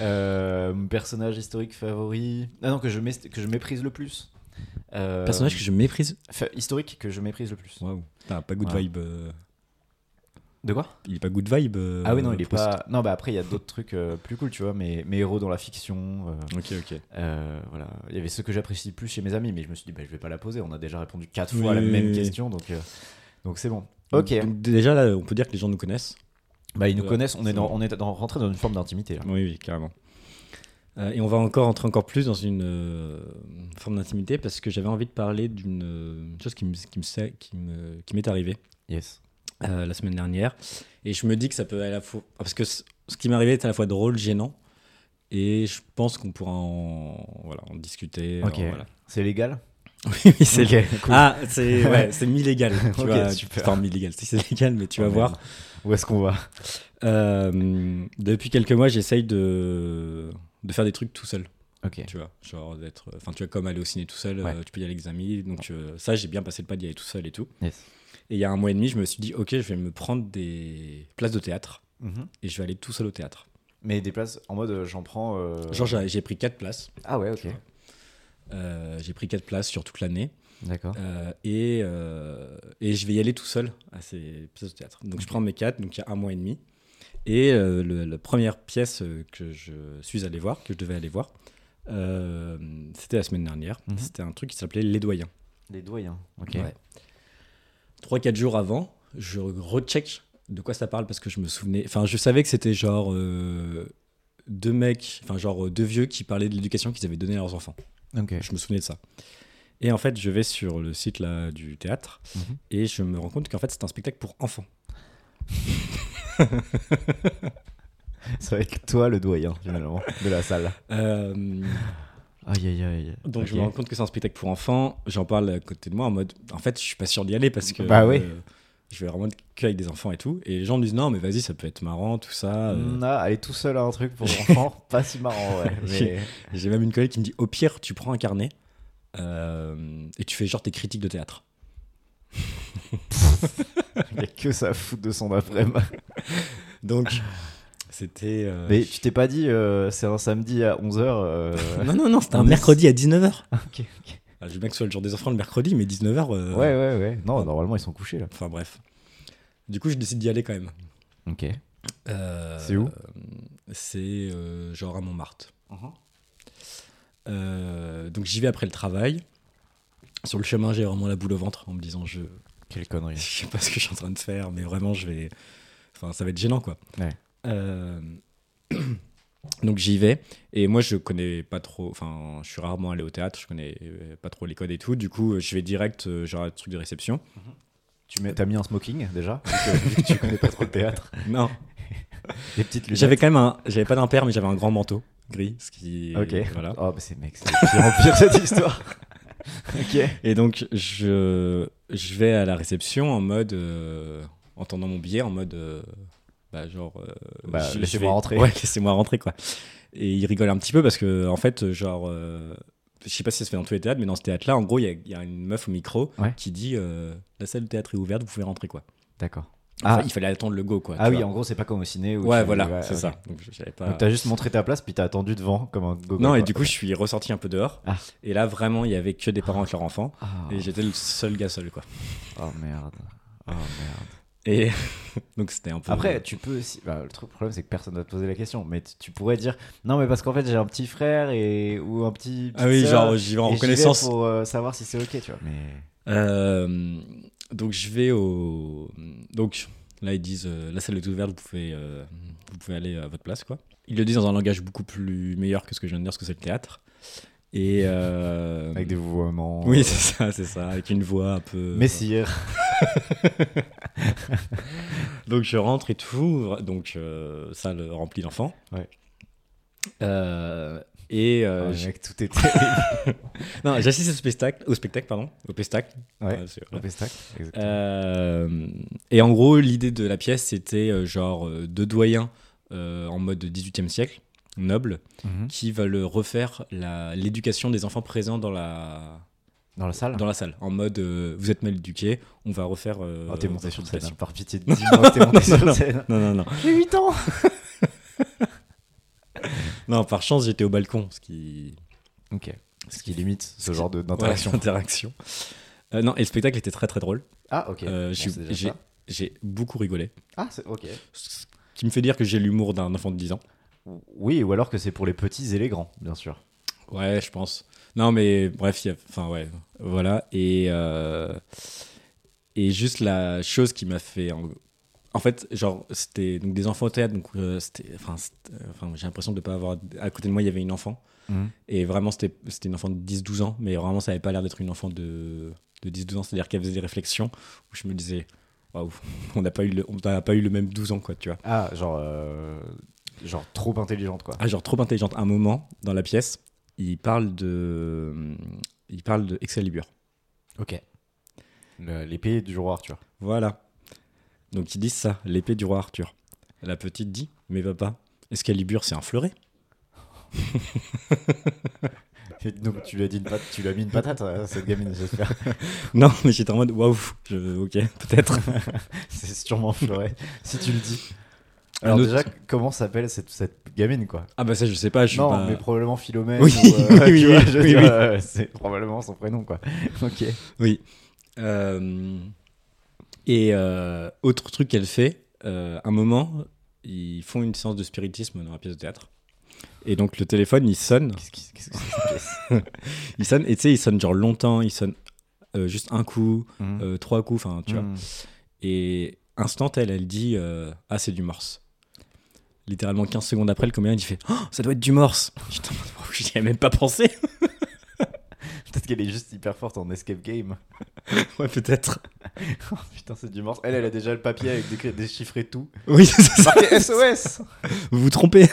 S1: euh, mon personnage historique favori. Ah non, que je, mé- que je méprise le plus. Euh,
S2: Personnage que je méprise.
S1: fa- historique que je méprise le plus.
S2: Waouh. T'as pas good
S1: Ouais.
S2: vibe. euh,
S1: De quoi
S2: Il est pas good vibe. euh,
S1: Ah oui, non, il est
S2: Proust.
S1: pas. Non, bah après, il y a d'autres trucs euh, plus cool, tu vois, mais mes héros dans la fiction. euh,
S2: Ok, ok.
S1: euh, voilà. Il y avait ceux que j'apprécie le plus chez mes amis, mais je me suis dit, bah, je vais pas la poser. On a déjà répondu quatre
S2: Oui,
S1: fois à la
S2: oui,
S1: même
S2: oui.
S1: question, donc euh, donc c'est bon. Ok.
S2: Donc, déjà, là, on peut dire que les gens nous connaissent.
S1: Bah, ils nous
S2: Voilà,
S1: connaissent. On est,
S2: c'est
S1: dans,
S2: bon.
S1: on est dans- rentré dans une forme d'intimité. là.
S2: Oui, oui, carrément. Euh, et on va encore entrer encore plus dans une euh, forme d'intimité parce que j'avais envie de parler d'une euh, chose qui me- qui me sa- qui me- qui m'est arrivée
S1: Yes.
S2: euh, la semaine dernière. Et je me dis que ça peut à la fois. Parce que ce ce qui m'est arrivé est à la fois drôle, gênant. Et je pense qu'on pourra en, voilà, en discuter.
S1: Ok.
S2: en- voilà.
S1: C'est légal.
S2: Oui, oui, c'est
S1: Ok, cool.
S2: Ah, c'est ouais, c'est mi-légal. tu
S1: Ok,
S2: vois,
S1: super.
S2: Enfin, mi-légal. Si c'est légal, mais tu vas
S1: Oh,
S2: voir.
S1: merde. Où est-ce qu'on va
S2: Euh, depuis quelques mois, j'essaye de, de faire des trucs tout seul.
S1: Ok.
S2: Tu vois, genre d'être. euh, Enfin, tu vois, comme aller au ciné tout seul,
S1: Ouais.
S2: euh, tu peux y aller avec des amis. Donc, euh, ça, j'ai bien passé le pas d'y aller tout seul et tout.
S1: Yes.
S2: Et il y a un mois et demi, je me suis dit, ok, je vais me prendre des places de théâtre
S1: Mhm.
S2: et je vais aller tout seul au théâtre.
S1: Mais des places en mode, euh, j'en prends. euh,
S2: Genre, j'ai j'ai pris quatre places.
S1: Ah ouais, ok.
S2: Euh, j'ai pris quatre places sur toute l'année.
S1: D'accord.
S2: Euh, et, euh, et je vais y aller tout seul à ces pièces de théâtre. Donc je prends mes quatre, donc il y a un mois et demi. Et euh, le- la première pièce euh, que je suis allé voir, que je devais aller voir, euh, c'était la semaine dernière.
S1: Mhm.
S2: C'était un truc qui s'appelait Les Doyens.
S1: Les doyens. Ok.
S2: Ouais. Trois, quatre jours avant, je recheck de quoi ça parle parce que je me souvenais. Enfin, je savais que c'était genre euh, deux mecs, enfin, genre euh, deux vieux qui parlaient de l'éducation qu'ils avaient donnée à leurs enfants.
S1: Ok.
S2: Je me souvenais de ça. Et en fait, je vais sur le site là, du théâtre
S1: Mhm.
S2: et je me rends compte qu'en fait, c'est un spectacle pour enfants.
S1: Ça va être toi le doyen finalement de la salle.
S2: Euh,
S1: Aïe aïe aïe.
S2: donc, je
S1: Ok.
S2: me rends compte que c'est un spectacle pour enfants. J'en parle à côté de moi en mode, en fait, je suis pas sûr d'y aller parce que
S1: Bah oui.
S2: euh, je vais vraiment être qu'avec des enfants et tout. Et les gens me disent, non, mais vas-y, ça peut être marrant, tout ça. Euh,
S1: Mm, ah, aller tout seul à un truc pour enfants, pas si marrant, ouais. Mais...
S2: J'ai même une collègue qui me dit, au pire, tu prends un carnet euh, et tu fais genre tes critiques de théâtre.
S1: Il y a que ça à foutre de son après-midi.
S2: Donc, c'était. euh,
S1: Mais tu t'es pas dit, euh, c'est un samedi à euh, 11h.
S2: Non, non, non, c'était
S1: On
S2: un
S1: est-
S2: mercredi à 19h.
S1: ok, ok.
S2: Je veux bien que ce soit le jour des enfants le mercredi, mais 19h.
S1: Ouais, ouais, ouais. Non, normalement ils sont couchés là.
S2: Enfin bref. Du coup, je décide d'y aller quand même.
S1: Ok.
S2: Euh,
S1: C'est où
S2: euh, C'est euh, genre à Montmartre. Euh, donc j'y vais après le travail. Sur le chemin, j'ai vraiment la boule au ventre en me disant je,
S1: Quelle connerie.
S2: je sais pas ce que je suis en train de faire, mais vraiment, je vais. Enfin, ça va être gênant, quoi.
S1: Ouais.
S2: Euh, Donc j'y vais et moi je connais pas trop, enfin je suis rarement allé au théâtre, je connais euh, pas trop les codes et tout, du coup euh, je vais direct euh, genre à un truc de réception.
S1: Tu mets, t'as mis un smoking déjà vu que- vu que Tu connais pas trop le théâtre.
S2: Non,
S1: Des petites lunettes.
S2: j'avais quand même un, j'avais pas d'impair mais j'avais un grand manteau gris, ce qui
S1: Ok.
S2: voilà.
S1: Oh, mais c'est mec, c'est de pire en pire cette histoire. ok.
S2: Et donc, je, je vais à la réception en mode. euh, en tendant mon billet, en mode. euh, bah, genre. euh,
S1: Bah,
S2: je- je
S1: laissez-moi
S2: vais-
S1: rentrer.
S2: Ouais, laissez-moi rentrer, quoi. Et il rigole un petit peu parce que, en fait, genre. euh, je sais pas si ça se fait dans tous les théâtres, mais dans ce théâtre-là, en gros, il y a- il y, a une meuf au micro
S1: Ouais.
S2: qui dit euh, La salle de théâtre est ouverte, vous pouvez rentrer, quoi.
S1: D'accord.
S2: Enfin,
S1: Ah,
S2: il fallait attendre le go, quoi.
S1: ah
S2: tu
S1: oui,
S2: vois.
S1: en gros, c'est pas comme au ciné. Où
S2: Ouais,
S1: tu-
S2: voilà, c'est
S1: ok.
S2: ça. Donc, j'avais pas.
S1: Donc t'as juste montré ta place, puis t'as attendu devant comme un gogo.
S2: non, et
S1: quoi.
S2: du coup, je suis ressorti un peu dehors.
S1: Ah.
S2: Et là, vraiment, il y avait que des parents avec leurs enfants.
S1: Ah.
S2: Et j'étais le seul gars seul, quoi.
S1: Oh merde. Oh merde.
S2: Et donc, c'était un peu.
S1: Après, tu peux aussi. bah, le truc- problème, c'est que personne va te poser la question. Mais tu- tu pourrais dire Non, mais parce qu'en fait, j'ai un petit frère et... ou un petit.
S2: Ah oui,
S1: petite
S2: genre
S1: sœur,
S2: j'y vais en
S1: et j'y vais
S2: reconnaissance.
S1: Pour euh, savoir si c'est ok, tu vois. Mais.
S2: Euh, donc je vais au. Donc là ils disent euh, la salle est ouverte, vous pouvez, euh, vous pouvez aller à votre place quoi. Ils le disent dans un langage beaucoup plus meilleur que ce que je viens de dire, parce que c'est le théâtre. Et. euh,
S1: Avec des vouvoiements.
S2: Oui,
S1: euh,
S2: c'est ça, c'est ça, avec une voix un peu.
S1: Messire.
S2: Donc je rentre et tout, vra- donc euh, salle remplie d'enfants.
S1: Ouais.
S2: Euh, et euh,
S1: Oh,
S2: j-
S1: mec, tout est terrible.
S2: non, j'assiste au spectacle, au spectacle, pardon, au spectacle.
S1: Ouais.
S2: Ouais, c'est-
S1: Le pestac, exactement.
S2: Euh, et en gros, l'idée de la pièce, c'était euh, genre euh, deux doyens euh, en mode 18e siècle, nobles,
S1: Mhm.
S2: qui veulent refaire la- l'éducation des enfants présents dans la,
S1: Dans la salle
S2: dans la salle. En mode, euh, vous êtes mal éduqués, on va refaire. euh,
S1: Oh, t'es monté sur
S2: votre
S1: scène, hein,
S2: éducation.
S1: par pitié. Dis-moi que t'es monté
S2: Non,
S1: sur
S2: non.
S1: scène.
S2: Non, non, non.
S1: J'ai 8 ans
S2: Non, par chance, j'étais au balcon, ce qui.
S1: Ok. Ce qui limite ce genre de-
S2: Voilà,
S1: d'interaction.
S2: interaction. Euh, non, et le spectacle était très très drôle.
S1: Ah, ok.
S2: Euh,
S1: Bon,
S2: j'ai-
S1: c'est déjà
S2: j'ai-
S1: ça.
S2: J'ai beaucoup rigolé.
S1: Ah, c'est- ok.
S2: Ce qui me fait dire que j'ai l'humour d'un enfant de 10 ans.
S1: Oui, ou alors que c'est pour les petits et les grands, bien sûr.
S2: Ouais, je pense. Non, mais bref, il y a- enfin ouais, voilà. Et euh, et juste la chose qui m'a fait, en, en fait, genre c'était donc des enfants au théâtre, donc euh, c'était, enfin, c'était- enfin, j'ai l'impression de pas avoir. À côté de moi, il y avait une enfant, et vraiment c'était c'était une enfant de 10-12 ans, mais vraiment ça avait pas l'air d'être une enfant de de 10-12 ans, c'est-à-dire qu'elle faisait des réflexions où je me disais, waouh, on n'a pas eu le, on n'a pas eu le même 12 ans quoi, tu vois.
S1: Ah, genre, euh, genre trop intelligente, quoi.
S2: Ah, genre trop intelligente. Un moment, dans la pièce, il parle de. Il parle de Excalibur.
S1: Ok. L'épée du roi Arthur.
S2: Voilà. Donc ils disent ça, l'épée du roi Arthur. La petite dit Mais papa, Excalibur, c'est un fleuret.
S1: Et donc tu lui as dit une patate, tu lui as mis une patate, euh, cette gamine, j'espère.
S2: Non, mais j'étais en mode Waouh, je- ok, peut-être.
S1: C'est sûrement Fleuret, si tu le dis.
S2: Un
S1: Alors
S2: autre-
S1: déjà, comment s'appelle cette, cette gamine, quoi
S2: ah, bah ça, je sais pas, je suis
S1: Non,
S2: pas.
S1: mais probablement Philomène.
S2: Oui,
S1: ou, euh,
S2: oui,
S1: tu
S2: oui,
S1: vois, je veux
S2: oui,
S1: dire,
S2: oui.
S1: euh, c'est probablement son prénom, quoi. Ok.
S2: Oui. Euh, Et euh, autre truc qu'elle fait, euh, un moment, ils font une séance de spiritisme dans la pièce de théâtre. Et donc le téléphone, il sonne.
S1: Qu'est-ce qui- qu'est-ce que c'est que cette pièce
S2: Il sonne, et tu sais, il sonne genre longtemps, il sonne euh, juste un coup,
S1: Mm.
S2: euh, trois coups, enfin, tu vois.
S1: Mm.
S2: Et instant, elle, elle dit euh, Ah, c'est du morse. Littéralement 15 secondes après, le comédien, il fait Oh, ça doit être du morse J'étais en mode, Wow, J'y avais même pas pensé
S1: Peut-être qu'elle est juste hyper forte en escape game.
S2: Ouais, peut-être.
S1: Oh, putain, c'est du morse. Elle, elle a déjà le papier avec décri- déchiffré tout.
S2: Oui, c'est ça.
S1: Marqué SOS
S2: Vous vous trompez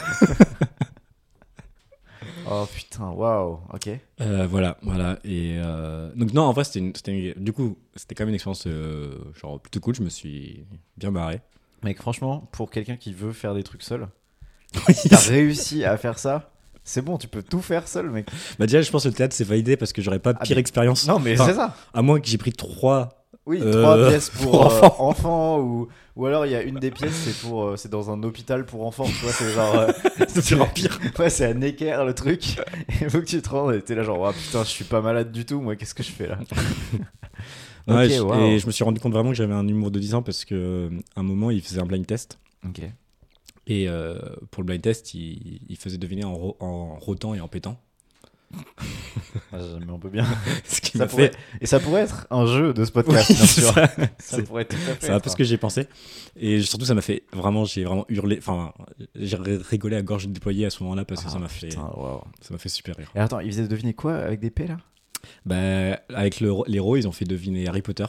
S1: Oh putain, waouh, ok.
S2: Euh, Voilà, voilà. Et euh, donc, non, en vrai, c'était une, c'était une- Du coup, c'était quand même une expérience euh, genre plutôt cool. Je me suis bien barré.
S1: Mec, franchement, pour quelqu'un qui veut faire des trucs seul,
S2: Oui.
S1: si t'as réussi à faire ça, c'est bon, tu peux tout faire seul, mec.
S2: Bah, déjà, je pense que le théâtre, c'est validé parce que j'aurais pas
S1: Ah,
S2: pire
S1: mais-
S2: expérience.
S1: Non, mais
S2: Enfin,
S1: c'est ça.
S2: À moins que j'ai pris trois
S1: Oui,
S2: euh,
S1: trois pièces pour,
S2: pour
S1: euh,
S2: enfants.
S1: enfants ou, ou alors il y a une des pièces, c'est pour euh, c'est dans un hôpital pour enfants. Tu vois, c'est genre. euh,
S2: sur un pire.
S1: ouais, c'est un équerre le truc. Il faut que tu te rendes et t'es là, genre, Ah, putain, je suis pas malade du tout, moi, qu'est-ce que je fais là Ok,
S2: Ouais, je-
S1: waouh.
S2: Et je me suis rendu compte vraiment que j'avais un humour de 10 ans parce que euh, un moment, il faisait un blind test.
S1: Ok.
S2: Et euh, pour le blind test, il, il faisait deviner en, ro- en rotant et en pétant.
S1: Ah, mais on peut bien.
S2: Ce qui
S1: Ça
S2: m'a
S1: pourrait-
S2: fait.
S1: Et ça pourrait être un jeu de ce
S2: Oui,
S1: podcast, bien
S2: c'est
S1: sûr.
S2: ça,
S1: Ça pourrait être tout à fait.
S2: c'est un peu
S1: être
S2: ce que j'ai pensé. Et surtout, ça m'a fait vraiment, j'ai vraiment hurlé. Enfin, j'ai ri- rigolé à gorge déployée à ce moment-là parce que
S1: Ah,
S2: ça m'a fait,
S1: putain, waouh.
S2: ça m'a fait super rire.
S1: Et attends, ils faisaient deviner quoi avec des P là
S2: Bah, avec le, ro- les rois, ils ont fait deviner Harry Potter.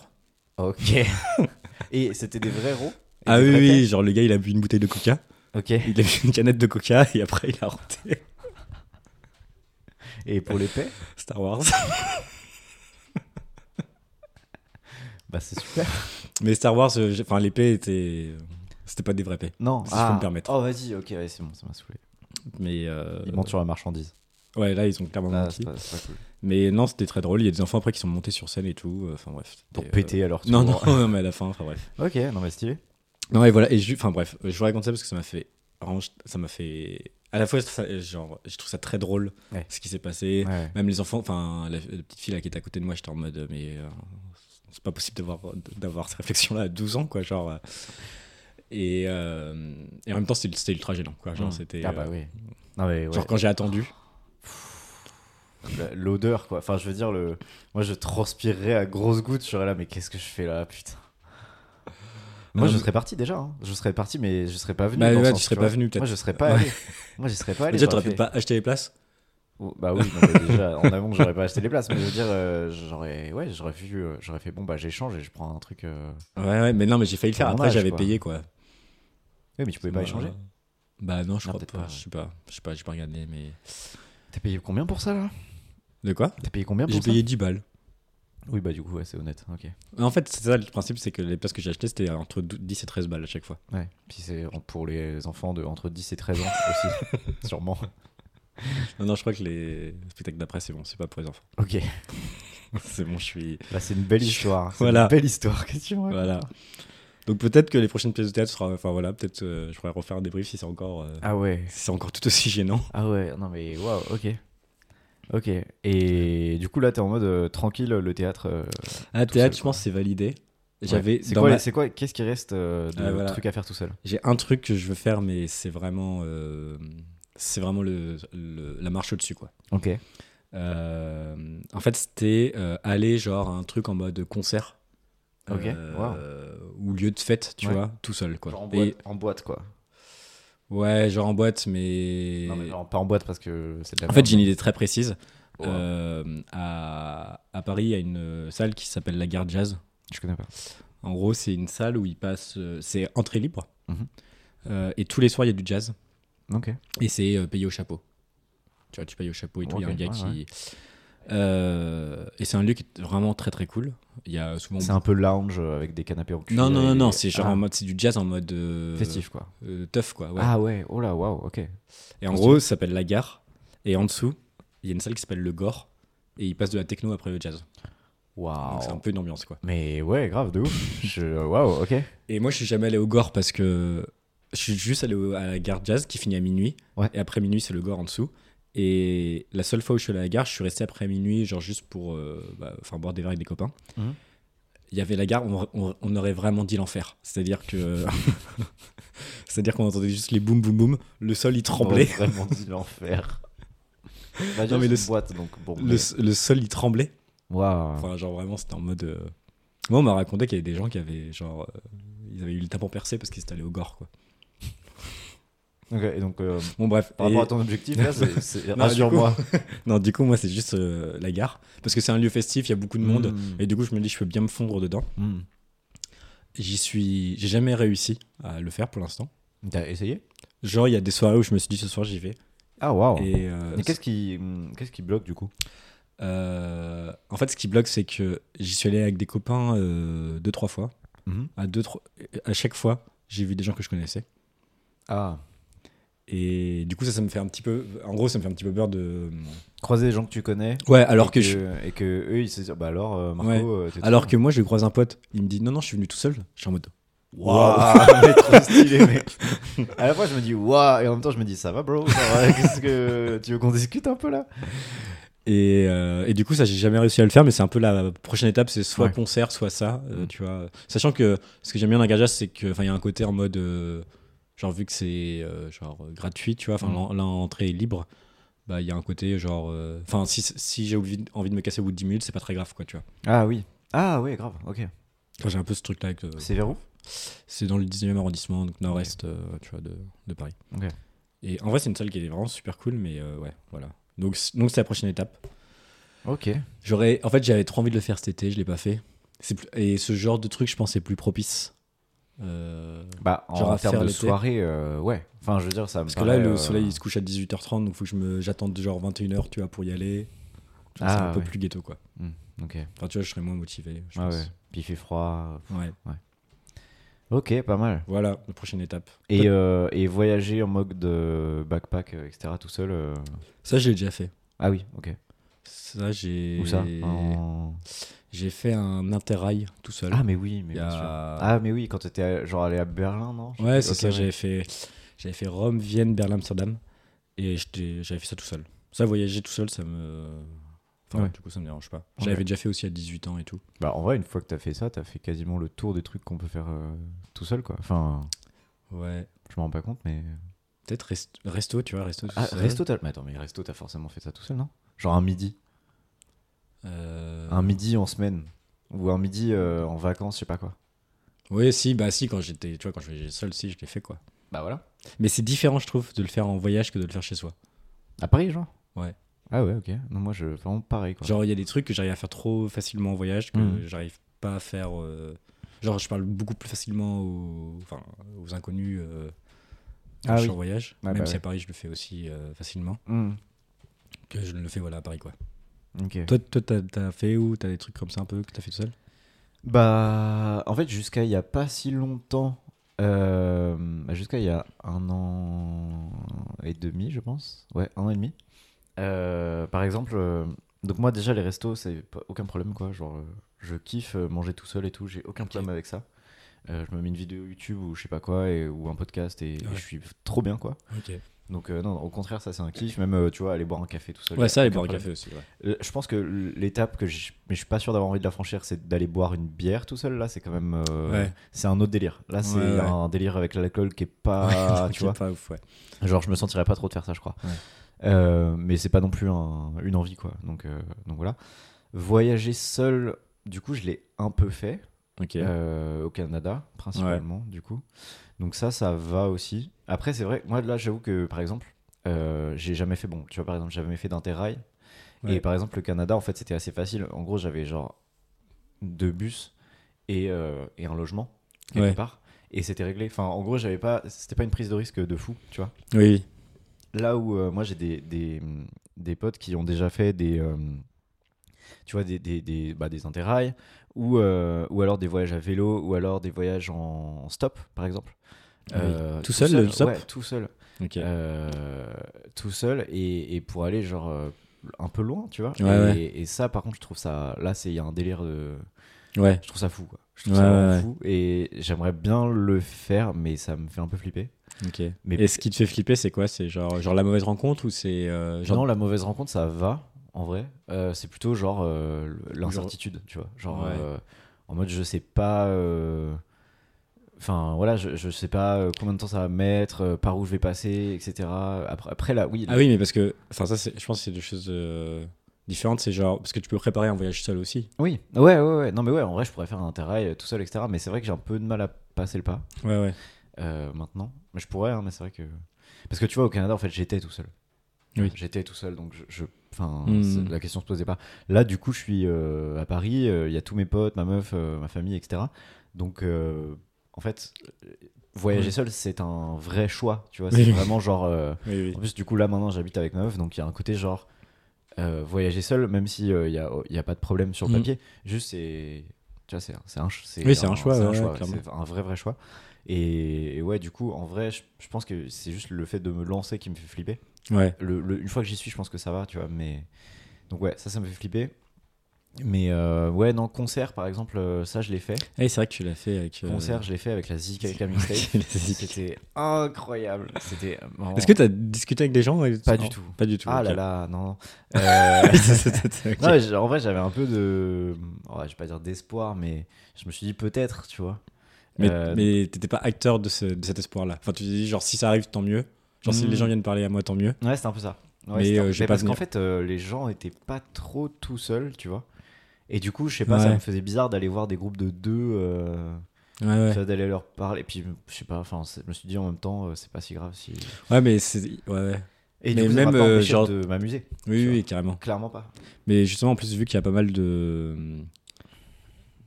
S1: Ok. Et c'était des vrais rots Et
S2: Ah
S1: des
S2: oui,
S1: vrais
S2: oui, genre le gars, il a bu une bouteille de coca,
S1: P Ok.
S2: il a bu une canette de coca et après, il a roté
S1: Et pour les paix
S2: Star Wars.
S1: Bah c'est super.
S2: Mais Star Wars, euh, j'ai- enfin l'épée était, euh, c'était pas des vraies épées,
S1: Non,
S2: Si je peux me permettre.
S1: Oh vas-y, ok, ouais, c'est bon, ça m'a saoulé.
S2: mais euh,
S1: Ils mentent sur la marchandise.
S2: ouais là ils ont clairement
S1: Ah,
S2: menti.
S1: c'est pas, c'est pas cool.
S2: Mais non c'était très drôle. Il y a des enfants après qui sont montés sur scène et tout. Enfin bref.
S1: Pour
S2: Et, euh,
S1: péter alors. tu
S2: Non, non
S1: vois.
S2: non mais à la fin enfin bref.
S1: Ok, non mais stylé.
S2: Non et voilà et ju- enfin bref je vous raconte ça parce que ça m'a fait vraiment, je- ça m'a fait à la fois ça- genre je trouve ça très drôle
S1: Ouais.
S2: ce qui s'est passé.
S1: Ouais.
S2: Même les enfants enfin la, la petite fille là qui était à côté de moi j'étais en mode mais euh, c'est pas possible d'avoir d'avoir cette réflexion là à 12 ans quoi genre. euh. Et, euh, et en même temps c'était c'était ultra gênant quoi genre
S1: Mm.
S2: c'était
S1: Ah bah
S2: euh,
S1: oui. Non mais ouais.
S2: Genre quand j'ai attendu.
S1: La- L'odeur quoi. Enfin je veux dire le. Moi je transpirerais à grosses gouttes. Je serais là mais qu'est-ce que je fais là putain. Moi
S2: Non,
S1: je
S2: mais-
S1: serais parti déjà. hein. Je serais parti mais je serais pas venu.
S2: Bah,
S1: dans le
S2: ouais,
S1: sens,
S2: tu serais
S1: tu
S2: pas
S1: vois.
S2: venu, peut-être.
S1: Moi je serais pas
S2: Ouais.
S1: allé. Moi je serais pas allé. j'aurais
S2: Déjà, t'aurais
S1: fait-
S2: peut-être pas acheté les places.
S1: Oh, Bah oui, non, mais déjà, en amont, j'aurais pas acheté les places, mais je veux dire, euh, j'aurais, ouais, j'aurais vu, euh, j'aurais fait bon, bah j'échange et je prends un truc. euh.
S2: Ouais, ouais, mais non, mais j'ai failli le faire.
S1: C'est
S2: Après,
S1: dommage,
S2: j'avais
S1: quoi.
S2: payé quoi.
S1: Oui, mais tu pouvais pas échanger.
S2: Bah non, je
S1: Non,
S2: crois
S1: peut-être
S2: pas.
S1: pas,
S2: Je sais pas. Je sais pas, j'ai pas regardé, mais.
S1: T'as payé combien pour ça là
S2: De quoi
S1: T'as payé combien pour
S2: J'ai
S1: ça
S2: payé 10 balles.
S1: Oui, bah du coup, ouais, c'est honnête, ok.
S2: En fait, c'est ça le principe, c'est que les places que j'ai achetées, c'était entre 12 10 et 13 balles à chaque fois.
S1: Ouais, puis c'est en- pour les enfants de entre 10 et 13 ans aussi, sûrement.
S2: Non, non, je crois que les spectacles d'après, c'est bon, c'est pas pour les enfants.
S1: Ok,
S2: c'est bon, je suis.
S1: là c'est une belle histoire. c'est
S2: Voilà.
S1: Une belle histoire, qu'est-ce que tu me racontes
S2: Voilà. Donc peut-être que les prochaines pièces de théâtre sera. Enfin voilà, peut-être euh, je pourrais refaire un débrief si c'est encore. euh,
S1: Ah ouais,
S2: Si c'est encore tout aussi gênant.
S1: ah ouais, non mais waouh, ok. Ok, et du coup là t'es en mode euh, tranquille, le théâtre. euh,
S2: Ah,
S1: théâtre,
S2: théâtre,
S1: je
S2: je pense, c'est validé. J'avais
S1: C'est
S2: dans
S1: quoi,
S2: ma-
S1: les- c'est quoi Qu'est-ce qui reste euh, de
S2: Ah, voilà.
S1: trucs à faire tout seul
S2: J'ai un truc que je veux faire, mais c'est vraiment, euh, c'est vraiment le, le- la marche au-dessus, quoi.
S1: Ok.
S2: Euh, en fait, c'était euh, aller genre à un truc en mode concert. Euh,
S1: Ok,
S2: Ou lieu de fête, tu
S1: Ouais.
S2: vois, tout seul, quoi.
S1: Genre en boîte,
S2: Et-
S1: en boîte, quoi.
S2: ouais, genre en boîte, mais.
S1: Non, mais genre pas en boîte parce que c'est de la
S2: En fait,
S1: merde.
S2: j'ai une idée très précise.
S1: Ouais.
S2: Euh, à, à Paris, il y a une euh, salle qui s'appelle la Gare Jazz.
S1: Je connais pas.
S2: En gros, c'est une salle où il passe. euh, c'est entrée libre.
S1: Mhm.
S2: Euh, et tous les soirs, il y a du jazz.
S1: Ok.
S2: Et c'est euh, payé au chapeau. Tu vois, tu payes au chapeau et tout. Il y a
S1: Ok,
S2: un gars
S1: ouais,
S2: qui. Euh, et c'est un lieu qui est vraiment très très cool. Il y a souvent.
S1: C'est un peu lounge euh, avec des canapés en
S2: Non, non, non, non, c'est genre
S1: genre
S2: en mode. C'est du jazz en mode. euh,
S1: Ah, festif, quoi.
S2: euh, tough, quoi. ouais.
S1: Ah ouais, oh là, waouh, ok.
S2: et en gros, ça s'appelle La Gare. Et en dessous, il y a une salle qui s'appelle Le Gore. Et il passe de la techno après le jazz. Donc c'est un
S1: Waouh.
S2: peu une ambiance, quoi.
S1: Mais ouais, grave, de ouf. Je- Waouh, ok.
S2: Et moi, je suis jamais allé au Gore parce que je suis juste allé au- à la gare Jazz qui finit à minuit.
S1: Ouais.
S2: Et après minuit, c'est le Gore en dessous. Et la seule fois où je suis allé à la gare, je suis resté après minuit, genre juste pour euh, bah, enfin, boire des verres avec des copains.
S1: Mhm.
S2: Il y avait la gare, on, on- on aurait vraiment dit l'enfer. C'est-à-dire que. C'est-à-dire qu'on entendait juste les boum boum boum, le sol il tremblait.
S1: J'aurais vraiment dit l'enfer. Bah,
S2: Non,
S1: déjà,
S2: mais
S1: c'est
S2: le-
S1: une boîte, donc bon.
S2: Le,
S1: mais-
S2: s- le sol il tremblait.
S1: Waouh.
S2: Enfin, genre vraiment, c'était en mode. euh, Moi, on m'a raconté qu'il y avait des gens qui avaient genre. euh, Ils avaient eu le tympan percé parce qu'ils étaient allés au gore, quoi.
S1: Ok, et donc, euh,
S2: Bon, bref.
S1: par
S2: Et-
S1: rapport à ton objectif, là, c'est- c'est.
S2: Non,
S1: Rassure-moi.
S2: Non, du coup, moi, c'est juste euh, la gare. Parce que c'est un lieu festif, il y a beaucoup de monde.
S1: Mm.
S2: Et du coup, je me dis, je peux bien me fondre dedans.
S1: Mm.
S2: J'y suis. J'ai jamais réussi à le faire pour l'instant.
S1: T'as essayé
S2: Genre, il y a des soirées où je me suis dit, ce soir, j'y vais.
S1: Ah, waouh. Et,
S2: Et. euh,
S1: qu'est-ce qui, hum, qu'est-ce qui bloque du coup
S2: euh, en fait, ce qui bloque, c'est que j'y suis allé avec des copains euh, deux, trois fois. À, deux, trois... à chaque fois, j'ai vu des gens que je connaissais.
S1: Ah.
S2: Et du coup, ça, ça me fait un petit peu. En gros, ça me fait un petit peu peur de.
S1: Croiser des gens que tu connais.
S2: Ouais, alors
S1: et
S2: que, je.
S1: Et que eux, ils se disent Bah alors, euh, Marco,
S2: Ouais.
S1: euh, t'es
S2: Alors que moi, je croise un pote, il me dit non, non, je suis venu tout seul. Je suis en mode.
S1: Waouh, mais trop stylé, mec. À la fois, je me dis waouh, et en même temps, je me dis ça va, bro. Ça va, Qu'est-ce que tu veux qu'on discute un peu là
S2: Et, euh, et du coup, ça, j'ai jamais réussi à le faire, mais c'est un peu la prochaine étape, c'est soit
S1: Ouais.
S2: concert, soit ça, euh,
S1: Mhm.
S2: tu vois. Sachant que ce que j'aime bien dans Garage, c'est que, enfin, il y a un côté en mode, euh, genre vu que c'est euh, genre euh, gratuit, tu vois, enfin,
S1: Mhm.
S2: l'en- l'entrée est libre, bah il y a un côté genre, euh, enfin, si, si j'ai envie, de- envie de me casser au bout de 10 minutes, c'est pas très grave, quoi, tu vois.
S1: Ah oui. Ah oui, grave. Ok.
S2: Bah, Enfin, j'ai un peu ce truc-là. avec, euh,
S1: C'est vers où
S2: C'est dans le 19e arrondissement, donc nord-est, euh, tu vois, de, de Paris.
S1: Ok.
S2: Et en vrai, c'est une salle qui est vraiment super cool, mais euh, ouais, voilà. Donc, c'est- donc c'est la prochaine étape.
S1: Ok.
S2: J'aurais, en fait, j'avais trop envie de le faire cet été, je l'ai pas fait. C'est plus- Et ce genre de truc, je pense, c'est plus propice. Euh,
S1: Bah
S2: Genre
S1: en
S2: à faire
S1: termes de
S2: l'été.
S1: soirée, euh, ouais. Enfin, je veux dire ça. me
S2: Parce que là,
S1: paraît,
S2: le
S1: euh,
S2: soleil il se couche à 18h30, donc faut que je me, j'attende genre 21h, tu vois, pour y aller. Genre, c'est
S1: Ah,
S2: un peu
S1: ouais.
S2: plus ghetto, quoi.
S1: Ok.
S2: Enfin, tu vois, je serais moins motivé. Je
S1: Ah
S2: pense.
S1: ouais. Puis il fait froid.
S2: Ouais.
S1: Ok, pas mal.
S2: Voilà, la prochaine étape.
S1: Et, euh, et voyager en mode de backpack, euh, etc. Tout seul. euh,
S2: Ça, je l'ai déjà fait.
S1: Ah oui, ok.
S2: Ça, j'ai.
S1: Où ça En-
S2: J'ai fait un interrail tout seul.
S1: Ah mais oui, mais
S2: Il y
S1: bien
S2: a-
S1: sûr. Ah mais oui, quand t'étais euh, genre allé à Berlin, non Je sais
S2: Ouais,
S1: plus.
S2: c'est
S1: Ok,
S2: ça, j'avais fait, j'avais fait Rome, Vienne, Berlin, Amsterdam. Et j'étais- j'avais fait ça tout seul. Ça, voyager tout seul, ça me. Enfin,
S1: Ouais.
S2: du coup, ça me dérange pas.
S1: Ouais.
S2: J'avais déjà fait aussi à 18 ans et tout.
S1: Bah en vrai, une fois que t'as fait ça, t'as fait quasiment le tour des trucs qu'on peut faire euh, tout seul, quoi. Enfin,
S2: Ouais.
S1: je m'en rends pas compte, mais...
S2: Peut-être rest- resto, tu vois, resto tout
S1: Ah,
S2: seul.
S1: resto, t'as... Mais attends, mais resto, t'as forcément fait ça tout seul, non Genre un midi.
S2: Euh,
S1: Un midi en semaine. Ou un midi euh, en vacances, je sais pas quoi.
S2: Ouais, si, bah si, quand j'étais, tu vois, quand je voyageais seul, si, je l'ai fait quoi.
S1: Bah voilà.
S2: Mais c'est différent, je trouve, de le faire en voyage que de le faire chez soi.
S1: À Paris, genre
S2: Ouais.
S1: Ah ouais, ok. Non, moi, je... Vraiment pareil, quoi.
S2: Genre, il y a des trucs que j'arrive à faire trop facilement en voyage que
S1: Mhm.
S2: j'arrive pas à faire. euh, Genre, je parle beaucoup plus facilement aux, enfin, aux inconnus euh, quand
S1: Ah
S2: je suis
S1: oui.
S2: en voyage.
S1: Ouais,
S2: Même
S1: bah
S2: si
S1: ouais.
S2: à Paris, je le fais aussi euh, facilement.
S1: Hmm,
S2: Que je ne le fais voilà, à Paris, quoi.
S1: Ok.
S2: Toi, toi, t'as t'as fait ou t'as des trucs comme ça un peu que t'as fait tout seul
S1: Bah, en fait, jusqu'à il y a pas si longtemps, euh, bah, jusqu'à il y a un an et demi, je pense. Ouais, un an et demi. Euh, par exemple, euh, donc moi déjà les restos, c'est pas- aucun problème quoi. Genre, euh, je kiffe euh, manger tout seul et tout, j'ai aucun problème avec ça. Euh, je me mets une vidéo YouTube ou je sais pas quoi, et- ou un podcast, et, et
S2: Ouais.
S1: je suis trop bien, quoi.
S2: Ok.
S1: Donc, euh, non, au contraire, ça, c'est un kiff. Même, euh, tu vois, aller boire un café tout seul.
S2: Ouais, ça,
S1: y a
S2: les
S1: aucun
S2: boire un
S1: problème.
S2: café aussi. Ouais.
S1: Euh, Je pense que l'étape que je, mais je suis pas sûr d'avoir envie de la franchir, c'est d'aller boire une bière tout seul. Là, c'est quand même, euh,
S2: Ouais.
S1: c'est un autre délire. Là, c'est
S2: Ouais, ouais.
S1: un délire avec l'alcool qui est pas,
S2: Ok,
S1: tu vois,
S2: Pas ouf, ouais.
S1: genre je me sentirais pas trop de faire ça, je crois.
S2: Ouais.
S1: Euh, mais c'est pas non plus un- une envie, quoi. Donc, euh, donc voilà. Voyager seul, du coup, je l'ai un peu fait
S2: Ok.
S1: euh, au Canada principalement, du coup. Donc ça, ça va aussi. Après, c'est vrai. Moi, là, j'avoue que par exemple, euh, j'ai jamais fait. Bon, tu vois, par exemple, j'ai jamais fait d'interrail.
S2: Ouais.
S1: Et par exemple, le Canada, en fait, c'était assez facile. En gros, j'avais genre deux bus et, euh, et un logement quelque
S2: Ouais.
S1: part. Et c'était réglé. Enfin, en gros, j'avais pas. C'était pas une prise de risque de fou, tu vois.
S2: Oui.
S1: Là où euh, moi, j'ai des, des, des potes qui ont déjà fait des. euh, tu vois, des, des, des, bah, des interrails, ou, euh, ou alors des voyages à vélo, ou alors des voyages en, en stop, par exemple.
S2: Ah oui.
S1: Euh,
S2: Tout seul, le stop
S1: ouais, tout seul.
S2: Ok.
S1: Euh, tout seul et, et pour aller genre euh, un peu loin, tu vois.
S2: Ouais,
S1: et,
S2: ouais.
S1: et ça, par contre, je trouve ça. Là, c'est il y a un délire de.
S2: ouais.
S1: Je trouve ça fou. Quoi. Je trouve
S2: Ouais,
S1: ça vraiment
S2: ouais,
S1: fou et j'aimerais bien le faire, mais ça me fait un peu flipper.
S2: Ok.
S1: Mais-
S2: Et ce qui te fait flipper, c'est quoi C'est genre, genre la mauvaise rencontre ou c'est euh, genre.
S1: Non, la mauvaise rencontre, ça va en vrai. Euh, c'est plutôt genre euh, l'incertitude, tu vois. Genre
S2: Ouais.
S1: euh, en mode je sais pas. euh, Enfin voilà, je, je sais pas euh, combien de temps ça va mettre, euh, par où je vais passer, etc. Après, après là, oui.
S2: Ah oui, mais parce que, enfin ça, c'est- je pense que c'est deux choses euh, différentes. C'est genre parce que tu peux préparer un voyage seul aussi.
S1: Oui, ouais, ouais, ouais. Non, mais ouais, en vrai, je pourrais faire un interrail euh, tout seul, etc. Mais c'est vrai que j'ai un peu de mal à passer le pas
S2: Ouais, ouais.
S1: euh, maintenant. Mais je pourrais, hein, mais c'est vrai que. Parce que tu vois, au Canada, en fait, j'étais tout seul.
S2: Oui.
S1: J'étais tout seul, donc je. je- Enfin,
S2: Hmm.
S1: c'est- la question se posait pas. Là, du coup, je suis euh, à Paris, euh, il y a tous mes potes, ma meuf, euh, ma famille, etc. Donc, euh, en fait, euh, voyager
S2: Oui.
S1: seul, c'est un vrai choix, tu vois.
S2: Oui,
S1: C'est
S2: oui.
S1: vraiment genre. euh,
S2: Oui,
S1: en plus, du coup, là maintenant, j'habite avec ma meuf, donc il y a un côté genre euh, voyager seul, même si euh, il n'y a, il y a pas de problème sur le
S2: Mhm.
S1: papier. Juste, c'est. Tu vois, c'est c'est un, ch-
S2: Oui, c'est un choix,
S1: c'est
S2: ouais,
S1: choix,
S2: ouais, clairement.
S1: c'est un vrai, vrai choix. Et, et ouais, du coup, en vrai, je, je pense que c'est juste le fait de me lancer qui me fait flipper.
S2: oui. Ouais.
S1: Le- le- une fois que j'y suis, je pense que ça va, tu vois. Mais donc ouais, ça, ça me fait flipper. Mais euh, ouais, non, concert par exemple, euh, ça je l'ai fait.
S2: Eh, c'est vrai que tu l'as fait avec. euh,
S1: Concert, je l'ai fait avec la Zika et la mixtape.
S2: avec la Zika.
S1: C'était incroyable. C'était. vraiment-
S2: Est-ce que t'as discuté avec des gens et-
S1: Pas du
S2: Non,
S1: tout.
S2: Pas du tout.
S1: Ah
S2: ok.
S1: là là, non. non. Euh,
S2: Ok.
S1: non, mais j'- en vrai, j'avais un peu de. ouais, je vais pas dire d'espoir, mais je me suis dit peut-être, tu vois.
S2: Mais,
S1: Euh,
S2: mais t'étais pas acteur de, ce- de cet espoir-là. Enfin, tu t'es dit, genre, si ça arrive, tant mieux. Genre, si
S1: Mm.
S2: les gens viennent parler à moi, tant mieux.
S1: Ouais, c'était un peu ça. Ouais,
S2: Mais,
S1: c'était un-
S2: euh, je vais pas
S1: parce qu'en
S2: venir.
S1: fait, euh, les gens étaient pas trop tout seuls, tu vois. Et du coup, je sais pas, ça
S2: Ouais.
S1: me faisait bizarre d'aller voir des groupes de deux, euh,
S2: Ouais, ouais.
S1: tu vois, d'aller leur parler. Et puis, je sais pas, enfin, c'est- je me suis dit en même temps, euh, c'est pas si grave si.
S2: Ouais, mais c'est. Ouais, ouais.
S1: Et
S2: Mais
S1: du coup, ça m'a
S2: même,
S1: pas
S2: euh,
S1: empêché
S2: genre-
S1: de m'amuser.
S2: Oui,
S1: Tu
S2: oui,
S1: vois.
S2: carrément.
S1: Clairement pas.
S2: Mais justement, en plus, vu qu'il y a pas mal de.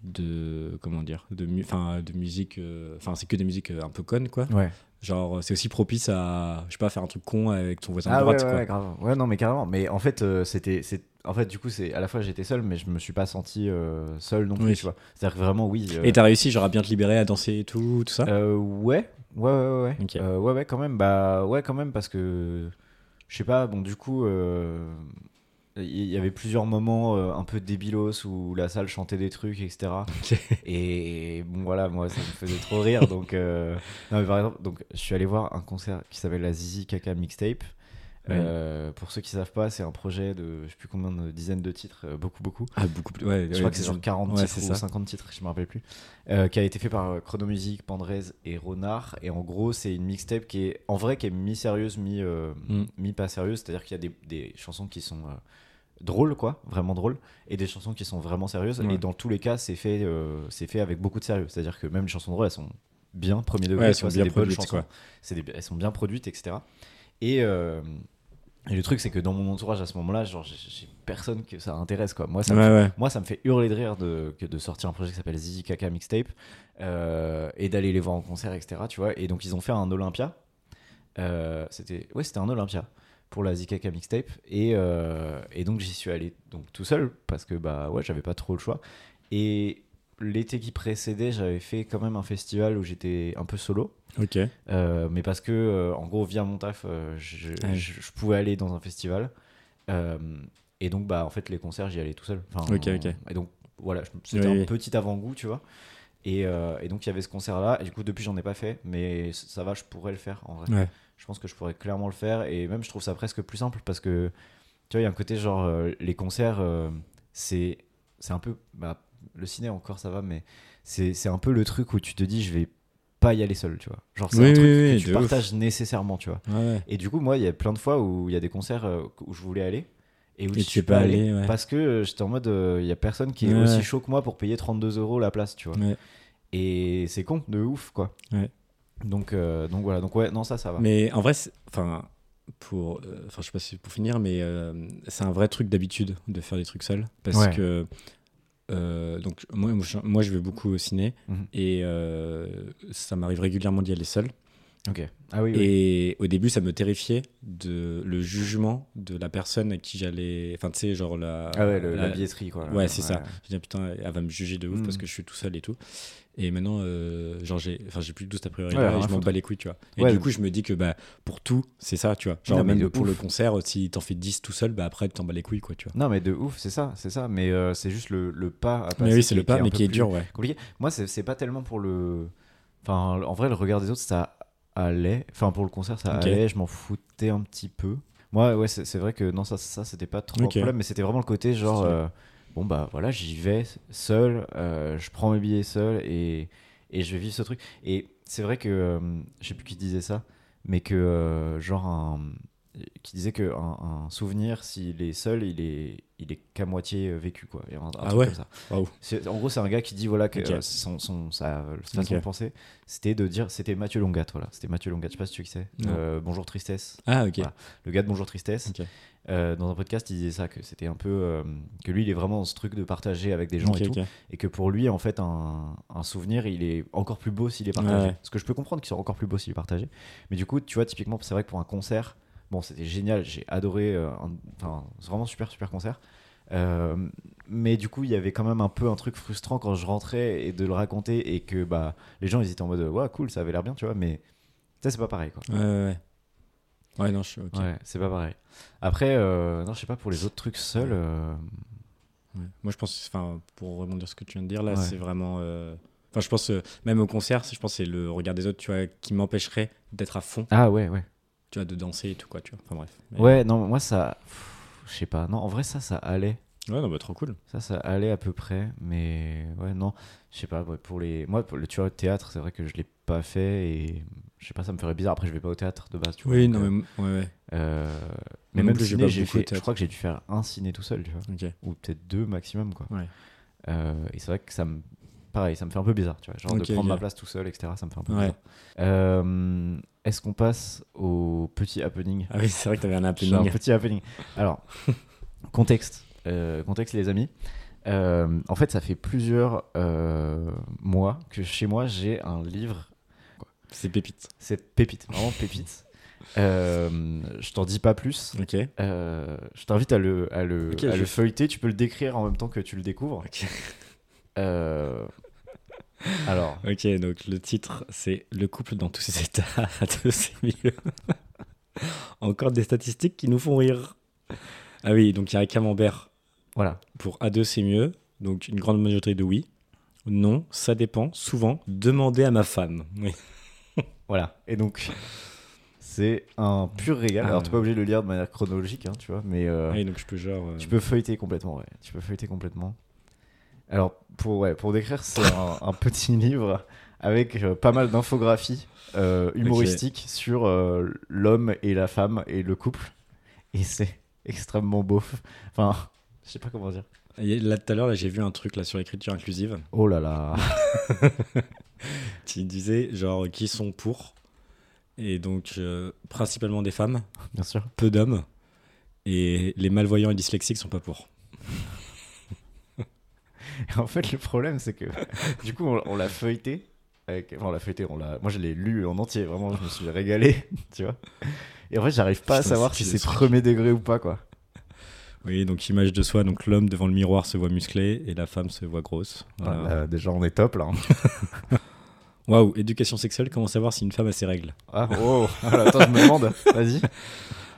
S2: de. comment dire de, mu- enfin, de musique. euh, Enfin, c'est que des musiques euh, un peu connes, quoi.
S1: Ouais.
S2: Genre, c'est aussi propice à. Je sais pas, faire un truc con avec ton voisin
S1: Ah
S2: de droite,
S1: ouais, ouais,
S2: quoi.
S1: ouais, grave. Ouais, non, mais carrément. Mais en fait, euh, c'était. c'est- En fait, du coup, c'est à la fois j'étais seul, mais je me suis pas senti euh, seul non plus,
S2: Oui.
S1: tu vois. C'est-à-dire que vraiment, oui. euh,
S2: Et t'as réussi, genre, à bien te libérer, à danser et tout, tout ça
S1: euh, ouais, ouais, ouais, ouais.
S2: Ok.
S1: Euh, ouais, ouais, quand même. Bah, ouais, quand même, parce que. Je sais pas, bon, du coup. euh, Il y y avait plusieurs moments euh, un peu débilos où la salle chantait des trucs, etc.
S2: Ok.
S1: Et bon, voilà, moi, ça me faisait trop rire. Donc, euh, non, mais par exemple, donc, je suis allé voir un concert qui s'appelle la Zizi Kaka Mixtape.
S2: Ouais.
S1: Euh, pour ceux qui savent pas, c'est un projet de je sais plus combien de dizaines de titres, euh, beaucoup, beaucoup.
S2: Ah, beaucoup plus. Ouais,
S1: Je crois que c'est genre 40
S2: Ouais,
S1: titres
S2: c'est
S1: ou
S2: ça.
S1: 50 titres, je me rappelle plus, euh, qui a été fait par euh, Chronomusique, Pandrez et Renard. Et en gros, c'est une mixtape qui est en vrai qui est mi-sérieuse, mi, euh,
S2: Mm.
S1: mi-pas sérieuse. C'est-à-dire qu'il y a des, des chansons qui sont euh, drôles, quoi, vraiment drôles, et des chansons qui sont vraiment sérieuses.
S2: Ouais.
S1: Et dans tous les cas, c'est fait, euh, c'est fait avec beaucoup de sérieux. C'est-à-dire que même les chansons drôles, elles sont bien premier degré.
S2: Ouais, elles
S1: tu vois,
S2: sont
S1: c'est
S2: bien
S1: des bonnes
S2: produites,
S1: chansons.
S2: quoi.
S1: C'est des- elles sont bien produites, etc. Et. euh, et le truc, c'est que dans mon entourage à ce moment-là, genre, j'ai- j'ai personne que ça intéresse, quoi. Moi, ça
S2: Ouais,
S1: me
S2: ouais.
S1: moi, ça me fait hurler de rire de, que de sortir un projet qui s'appelle Zizi Kaka Mixtape euh, et d'aller les voir en concert, etc. Tu vois et donc, ils ont fait un Olympia. Euh, c'était ouais, c'était un Olympia pour la Zizi Kaka Mixtape. Et, euh, et donc, j'y suis allé donc, tout seul parce que bah, ouais, j'avais pas trop le choix. Et l'été qui précédait, j'avais fait quand même un festival où j'étais un peu solo.
S2: Ok.
S1: Euh, mais parce que, euh, en gros, via mon taf, euh, je,
S2: Ouais.
S1: je- je pouvais aller dans un festival. Euh, et donc, bah, en fait, les concerts, j'y allais tout seul. Enfin,
S2: Ok, ok.
S1: Et donc, voilà, je- c'était
S2: Oui,
S1: un
S2: oui.
S1: petit avant-goût, tu vois. Et, euh, et donc il y avait ce concert-là. Et du coup, depuis, j'en ai pas fait, mais c- ça va, je pourrais le faire en vrai.
S2: Ouais.
S1: Je pense que je pourrais clairement le faire. Et même, je trouve ça presque plus simple parce que tu vois, il y a un côté genre euh, les concerts, euh, c'est c'est un peu bah, le ciné encore, ça va, mais c'est c'est un peu le truc où tu te dis, je vais pas y aller seul, tu vois. Genre, c'est
S2: Oui,
S1: un truc
S2: oui, oui,
S1: que tu
S2: de ouf.
S1: partages nécessairement, tu vois.
S2: Ouais, ouais.
S1: Et du coup, moi, il y a plein de fois où il y a des concerts euh, où je voulais aller et où
S2: Et
S1: je
S2: tu
S1: suis
S2: es
S1: pas
S2: pas allé,
S1: allé,
S2: ouais.
S1: parce que euh, j'étais en mode, euh, il y a personne qui est
S2: Ouais, ouais.
S1: aussi chaud que moi pour payer 32 euros la place, tu vois.
S2: Ouais.
S1: Et c'est con, de ouf, quoi.
S2: Ouais.
S1: Donc, euh, donc voilà, donc ouais, non, ça, ça va.
S2: Mais en vrai, c'est- enfin, pour, euh, enfin, je sais pas si pour finir, mais euh, c'est un vrai truc d'habitude de faire des trucs seuls parce
S1: Ouais.
S2: que. euh, donc moi, moi, je- moi, je vais beaucoup au ciné
S1: Mhm.
S2: et euh, ça m'arrive régulièrement d'y aller seul
S1: Ok. Ah oui, oui.
S2: et au début ça me terrifiait de le jugement de la personne à qui j'allais enfin tu sais genre la
S1: Ah ouais, le- la
S2: la-
S1: billetterie, quoi. là.
S2: Ouais, c'est ça. Je dis putain, elle va me juger de ouf
S1: Mm.
S2: parce que je suis tout seul et tout. Et maintenant, euh, genre j'ai, enfin j'ai plus de doute a priori
S1: Ouais, rien
S2: et
S1: à
S2: je m'en
S1: foutre.
S2: bats les couilles, tu vois. Et
S1: Ouais,
S2: du
S1: mais-
S2: coup, je me dis que bah pour tout, c'est ça, tu vois. Genre
S1: Non, mais
S2: même
S1: de
S2: pour le
S1: ouf.
S2: concert, si t'en fais 10 tout seul, bah après t'en bats les couilles, quoi, tu vois.
S1: Non, mais de ouf, c'est ça, c'est ça. Mais euh, c'est juste le, le pas à passer.
S2: Mais oui,
S1: Bah, qui-
S2: c'est le pas,
S1: un
S2: mais
S1: peu
S2: qui est
S1: plus
S2: dur, ouais.
S1: Compliqué. Moi, c'est c'est pas tellement pour le. Enfin, en vrai, le regard des autres, ça allait. Enfin, pour le concert, ça
S2: Ok.
S1: allait. Je m'en foutais un petit peu. Moi, ouais, c'est c'est vrai que non, ça, ça c'était pas trop
S2: Ok.
S1: un problème, mais c'était vraiment le côté genre.
S2: Stylé.
S1: euh, bon, bah voilà, j'y vais seul, euh, je prends mes billets seul et, et je vais vivre ce truc. Et c'est vrai que. euh, je sais plus qui disait ça, mais que euh, genre un. Qui disait que un, un souvenir, s'il est seul, il est, il est qu'à moitié euh, vécu, quoi. Et un- un
S2: Ah
S1: truc
S2: ouais.
S1: comme ça.
S2: Waouh.
S1: C'est- En gros, c'est un gars qui dit voilà que
S2: Ok.
S1: euh, son, son- sa euh, façon
S2: Ok.
S1: de penser, c'était de dire c'était Mathieu Longat, voilà, c'était Mathieu Longat, je sais pas si tu sais.
S2: Non.
S1: Euh, Bonjour Tristesse,
S2: Ah ok.
S1: Voilà. le gars de Bonjour Tristesse.
S2: Ok.
S1: Euh, dans un podcast, il disait ça que c'était un peu euh, que lui, il est vraiment dans ce truc de partager avec des gens
S2: Ok,
S1: et tout,
S2: ok.
S1: et que pour lui, en fait, un, un souvenir, il est encore plus beau s'il est partagé.
S2: Ouais.
S1: Ce que je peux comprendre, qu'il soit encore plus beau s'il est partagé. Mais du coup, tu vois, typiquement, c'est vrai que pour un concert, bon, c'était génial, j'ai adoré, euh, un- enfin, c'est vraiment super, super concert. Euh, mais du coup, il y avait quand même un peu un truc frustrant quand je rentrais et de le raconter et que bah les gens ils étaient en mode ouais cool, ça avait l'air bien, tu vois, mais ça c'est pas pareil quoi.
S2: Ouais, ouais, ouais. Ouais, non, je suis ok.
S1: Ouais, c'est pas pareil. Après, euh, non, je sais pas pour les autres trucs seuls. euh,
S2: Ouais. Moi, je pense, enfin, pour rebondir sur ce que tu viens de dire, là,
S1: Ouais.
S2: c'est vraiment. euh, Enfin, je pense, euh, même au concert, je pense que c'est le regard des autres, tu vois, qui m'empêcherait d'être à fond,
S1: Ah ouais, ouais.
S2: tu vois, de danser et tout, quoi, tu vois. Enfin, bref. Mais-
S1: Ouais, non, moi ça, pff, je sais pas. Non, en vrai ça, ça allait.
S2: Ouais, non, bah, trop cool.
S1: Ça, ça allait à peu près, mais ouais, non, je sais pas, ouais, pour les... Moi, pour le, tu vois, le théâtre, c'est vrai que je l'ai pas fait, et je sais pas, ça me ferait bizarre, après je vais pas au théâtre de base, tu vois.
S2: Oui,
S1: donc,
S2: non,
S1: euh,
S2: mais. Ouais, ouais.
S1: euh,
S2: Moi
S1: mais
S2: non
S1: même
S2: plus, j'ai
S1: ciné,
S2: pas
S1: j'ai
S2: beaucoup au
S1: fait, je
S2: théâtre.
S1: crois que j'ai dû faire un ciné tout seul, tu vois,
S2: Ok.
S1: ou peut-être deux maximum, quoi.
S2: Ouais.
S1: Euh, et c'est vrai que ça me... Pareil, ça me fait un peu bizarre, tu vois, genre
S2: Ok,
S1: de prendre
S2: ok.
S1: ma place tout seul, etc., ça me fait un peu
S2: Ouais.
S1: bizarre. Euh, Est-ce qu'on passe au petit happening
S2: Ah oui, c'est vrai que t'avais un
S1: j'ai un
S2: happening.
S1: petit happening. Alors, contexte. Euh, contexte, les amis. Euh, en fait, ça fait plusieurs euh, mois que chez moi, j'ai un livre.
S2: C'est pépite.
S1: C'est pépite, vraiment pépite. Euh, je t'en dis pas plus.
S2: Ok.
S1: Euh, je t'invite à le, à, le,
S2: Ok,
S1: à
S2: je-
S1: le feuilleter. Tu peux le décrire en même temps que tu le découvres. Euh, Alors,
S2: Ok, donc le titre, c'est Le couple dans tous ses états, à tous ses milieux. Encore des statistiques qui nous font rire. Ah oui, donc il y a un camembert
S1: voilà.
S2: Pour A2, c'est mieux. Donc, une grande majorité de oui. Non, ça dépend. Souvent, demander à ma femme. Oui.
S1: Voilà. Et donc, c'est un pur régal.
S2: Ah.
S1: Alors, t'es pas obligé de le lire de manière chronologique, hein, tu vois, mais. euh,
S2: Oui, donc je peux genre. euh,
S1: Tu peux feuilleter complètement, ouais. Tu peux feuilleter complètement. Alors, pour, ouais, pour décrire, c'est un, un petit livre avec euh, pas mal d'infographies euh, humoristiques sur euh, l'homme et la femme et le couple. Et c'est extrêmement beau. Enfin, je sais pas comment dire.
S2: Et Là, tout à l'heure, là, j'ai vu un truc là, sur l'écriture inclusive
S1: Oh là là.
S2: qui disait genre qui sont pour. Et donc, euh, principalement des femmes,
S1: Bien sûr.
S2: peu d'hommes. Et les malvoyants et dyslexiques sont pas pour.
S1: Et en fait, le problème, c'est que du coup, on, on l'a feuilleté. Avec... enfin, on l'a feuilleté, on l'a... moi je l'ai lu en entier, vraiment, je me suis régalé, tu vois. Et en fait, j'arrive pas à
S2: Putain,
S1: savoir
S2: c'est
S1: si
S2: qui
S1: c'est
S2: ce truc
S1: premier degré ou pas, quoi.
S2: Oui, donc image de soi. Donc, l'homme devant le miroir se voit musclé et la femme se voit grosse. Voilà.
S1: Voilà, Bah, là, déjà, on est top là. hein.
S2: Waouh, éducation sexuelle, comment savoir si une femme a ses règles
S1: Ah, oh, voilà, attends, je me demande. Vas-y.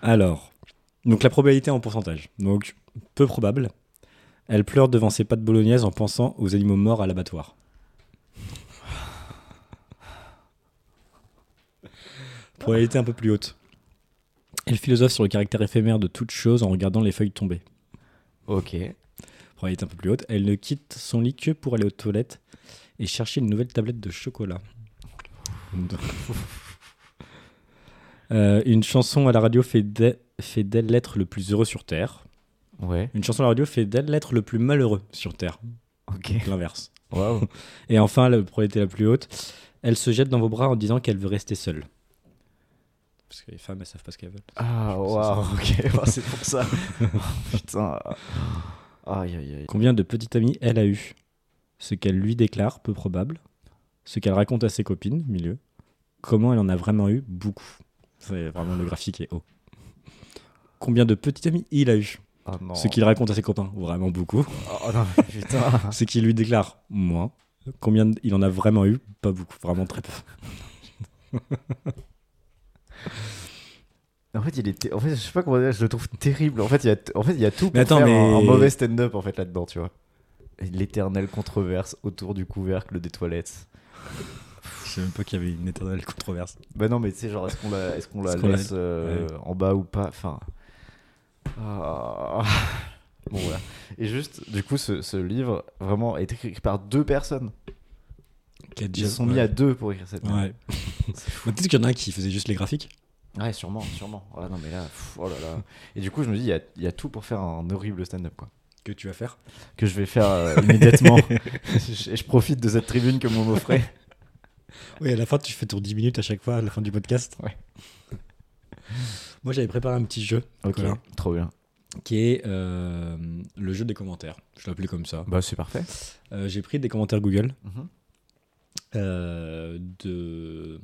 S2: Alors, donc la probabilité en pourcentage. Donc, peu probable. Elle pleure devant ses pâtes bolognaises en pensant aux animaux morts à l'abattoir. Probabilité un peu plus haute. Il philosophe sur le caractère éphémère de toute chose en regardant les feuilles tomber.
S1: Ok.
S2: Probabilité un peu plus haute. Elle ne quitte son lit que pour aller aux toilettes et chercher une nouvelle tablette de chocolat. Euh, une chanson à la radio fait d'e- fait d'elle l'être le plus heureux sur Terre.
S1: Ouais.
S2: Une chanson à la radio fait d'elle l'être le plus malheureux sur Terre.
S1: Ok.
S2: Donc L'inverse.
S1: Waouh.
S2: Et enfin, la probabilité la plus haute, elle se jette dans vos bras en disant qu'elle veut rester seule. Parce que les femmes, elles savent pas ce qu'elles veulent.
S1: Ah, waouh. Ok. Oh, c'est pour ça. Oh, putain. Aïe, aïe, aïe.
S2: Combien de petits amis elle a eu Ce qu'elle lui déclare, peu probable. Ce qu'elle raconte à ses copines, milieu. Comment elle en a vraiment eu Beaucoup. C'est vraiment le graphique est haut. Combien de petits amis il a eu
S1: Ah non.
S2: Ce qu'il raconte à ses copains, vraiment beaucoup.
S1: Oh non, mais putain.
S2: Ce qu'il lui déclare, moins. Combien de- il en a vraiment eu Pas beaucoup, vraiment très peu.
S1: En fait, il est ter- en fait, je sais pas comment dire, je le trouve terrible. En fait, il y a, t- en fait, il y a tout pour
S2: Mais attends,
S1: faire
S2: mais-
S1: un, un mauvais stand-up en fait là-dedans, tu vois. L'éternelle controverse autour du couvercle des toilettes.
S2: Je sais même pas qu'il y avait une éternelle controverse.
S1: Bah non, mais tu sais, genre, est-ce qu'on la, est-ce qu'on la
S2: Est-ce qu'on la-
S1: laisse euh, en bas ou pas Enfin. Ah. Bon, voilà. Et juste, du coup, ce, ce livre, vraiment, est écrit par deux personnes. Ils se sont mis à deux pour écrire cette
S2: Ouais. Mais Peut-être Bah, qu'il y en a un qui faisait juste les graphiques.
S1: Ouais, sûrement, sûrement. Ah non, mais là, pff, oh là là. Et du coup, je me dis, il y a, il y a tout pour faire un horrible stand-up, quoi.
S2: Que tu vas faire.
S1: Que je vais faire euh, immédiatement. je, je profite de cette tribune que mon m'offrait.
S2: Oui, à la fin, tu fais ton 10 minutes à chaque fois, à la fin du podcast.
S1: Ouais.
S2: Moi, j'avais préparé un petit jeu.
S1: Ok,
S2: Voilà.
S1: trop bien.
S2: Qui est euh, le jeu des commentaires. Je l'appelais comme ça.
S1: Bah, c'est parfait.
S2: Euh, J'ai pris des commentaires Google.
S1: Mhm.
S2: euh, de.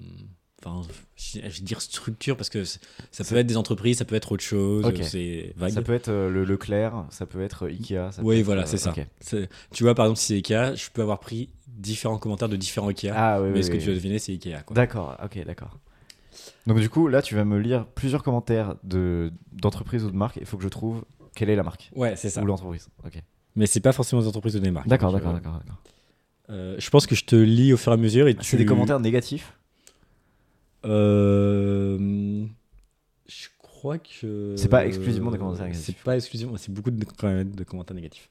S2: Enfin, je je vais dire structure parce que c'est- ça peut être des entreprises, ça peut être autre chose.
S1: Ok.
S2: C'est vague.
S1: Ça peut être euh, le Leclerc, ça peut être Ikea. ça peut
S2: Oui,
S1: être,
S2: voilà,
S1: euh,
S2: c'est ça.
S1: ok.
S2: C'est- Tu vois, par exemple, si c'est Ikea, je peux avoir pris différents commentaires de différents Ikea.
S1: Ah, oui,
S2: mais
S1: oui,
S2: ce
S1: oui.
S2: que tu as deviné, c'est Ikea. Quoi.
S1: D'accord, ok, d'accord. Donc du coup, là, tu vas me lire plusieurs commentaires de d'entreprises ou de marques. Il faut que je trouve quelle est la marque
S2: Ouais, c'est ça.
S1: ou l'entreprise. Ok.
S2: Mais c'est pas forcément des entreprises de Danemark.
S1: D'accord,
S2: Donc,
S1: d'accord,
S2: euh,
S1: d'accord, d'accord.
S2: euh, je pense que je te lis au fur et à mesure. Et tu...
S1: Ah, C'est des commentaires négatifs.
S2: Euh, Je crois que.
S1: C'est pas exclusivement des commentaires négatifs.
S2: C'est pas exclusivement, c'est beaucoup de, quand même de commentaires négatifs.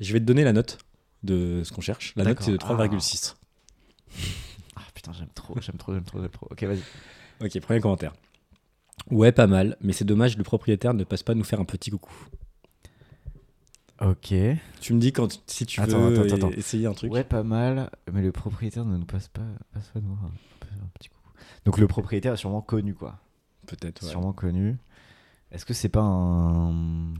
S2: Je vais te donner la note de ce qu'on cherche. La note, euh,
S1: D'accord.
S2: c'est de 3,6.
S1: Ah putain, j'aime trop, j'aime trop, j'aime trop, j'aime trop. Ok, vas-y.
S2: Ok, premier commentaire. Ouais, pas mal, mais c'est dommage, le propriétaire ne passe pas nous faire un petit coucou.
S1: Ok.
S2: Tu me dis quand, tu- si tu
S1: Attends,
S2: veux
S1: attends, attends.
S2: e- essayer un truc.
S1: Ouais, pas mal, mais le propriétaire ne nous passe pas, passe pas hein. de voir. Un petit coup. Donc le propriétaire est sûrement connu, quoi.
S2: Peut-être. ouais.
S1: Sûrement connu. Est-ce que c'est pas un.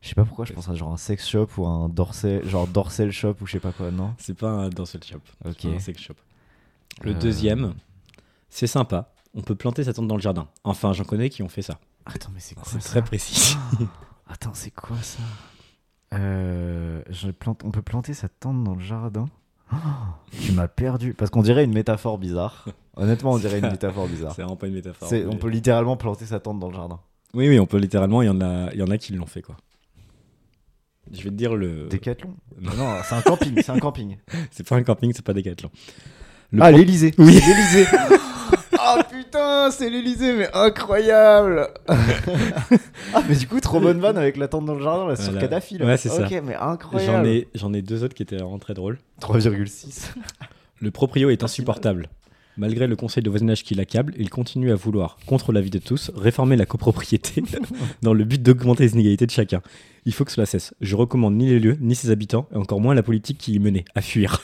S1: Je sais pas pourquoi je pense à genre un sex shop ou un dorsel, genre dorsel shop ou je sais pas quoi, non
S2: C'est pas un dansel shop.
S1: Ok.
S2: C'est pas un sex shop. Le
S1: Euh.
S2: deuxième, c'est sympa. On peut planter sa tente dans le jardin. Enfin, j'en connais qui ont fait ça.
S1: Attends, mais Ah, c'est quoi
S2: C'est
S1: ça Ah.
S2: très précis.
S1: Attends, c'est quoi ça Euh, je plante... On peut planter sa tente dans le jardin Oh, Tu m'as perdu. Parce qu'on dirait une métaphore bizarre. Honnêtement, on dirait une métaphore bizarre.
S2: C'est vraiment pas une métaphore.
S1: C'est-
S2: mais-
S1: On peut littéralement planter sa tente dans le jardin.
S2: Oui, oui, on peut littéralement. Il y en a, il y en a qui l'ont fait, quoi. Je vais te dire le.
S1: Décathlon
S2: Euh, non.
S1: Non, c'est un camping, c'est un camping.
S2: C'est pas un camping, c'est pas des Le
S1: ah, l'Elysée
S2: Oui.
S1: l'Elysée Ah putain, c'est l'Elysée, mais incroyable Ah, mais du coup, trop bonne vanne avec la tente dans le jardin, là, sur
S2: Voilà.
S1: Kadhafi, là.
S2: Ouais, c'est ça.
S1: Ok, mais
S2: J'en
S1: incroyable
S2: ai, j'en ai deux autres qui étaient vraiment très drôles.
S1: 3,6.
S2: Le proprio est insupportable. Malgré le conseil de voisinage qui l'accable, il continue à vouloir, contre l'avis de tous, réformer la copropriété dans le but d'augmenter les inégalités de chacun. Il faut que cela cesse. Je recommande ni les lieux, ni ses habitants, et encore moins la politique qui y menait, à fuir.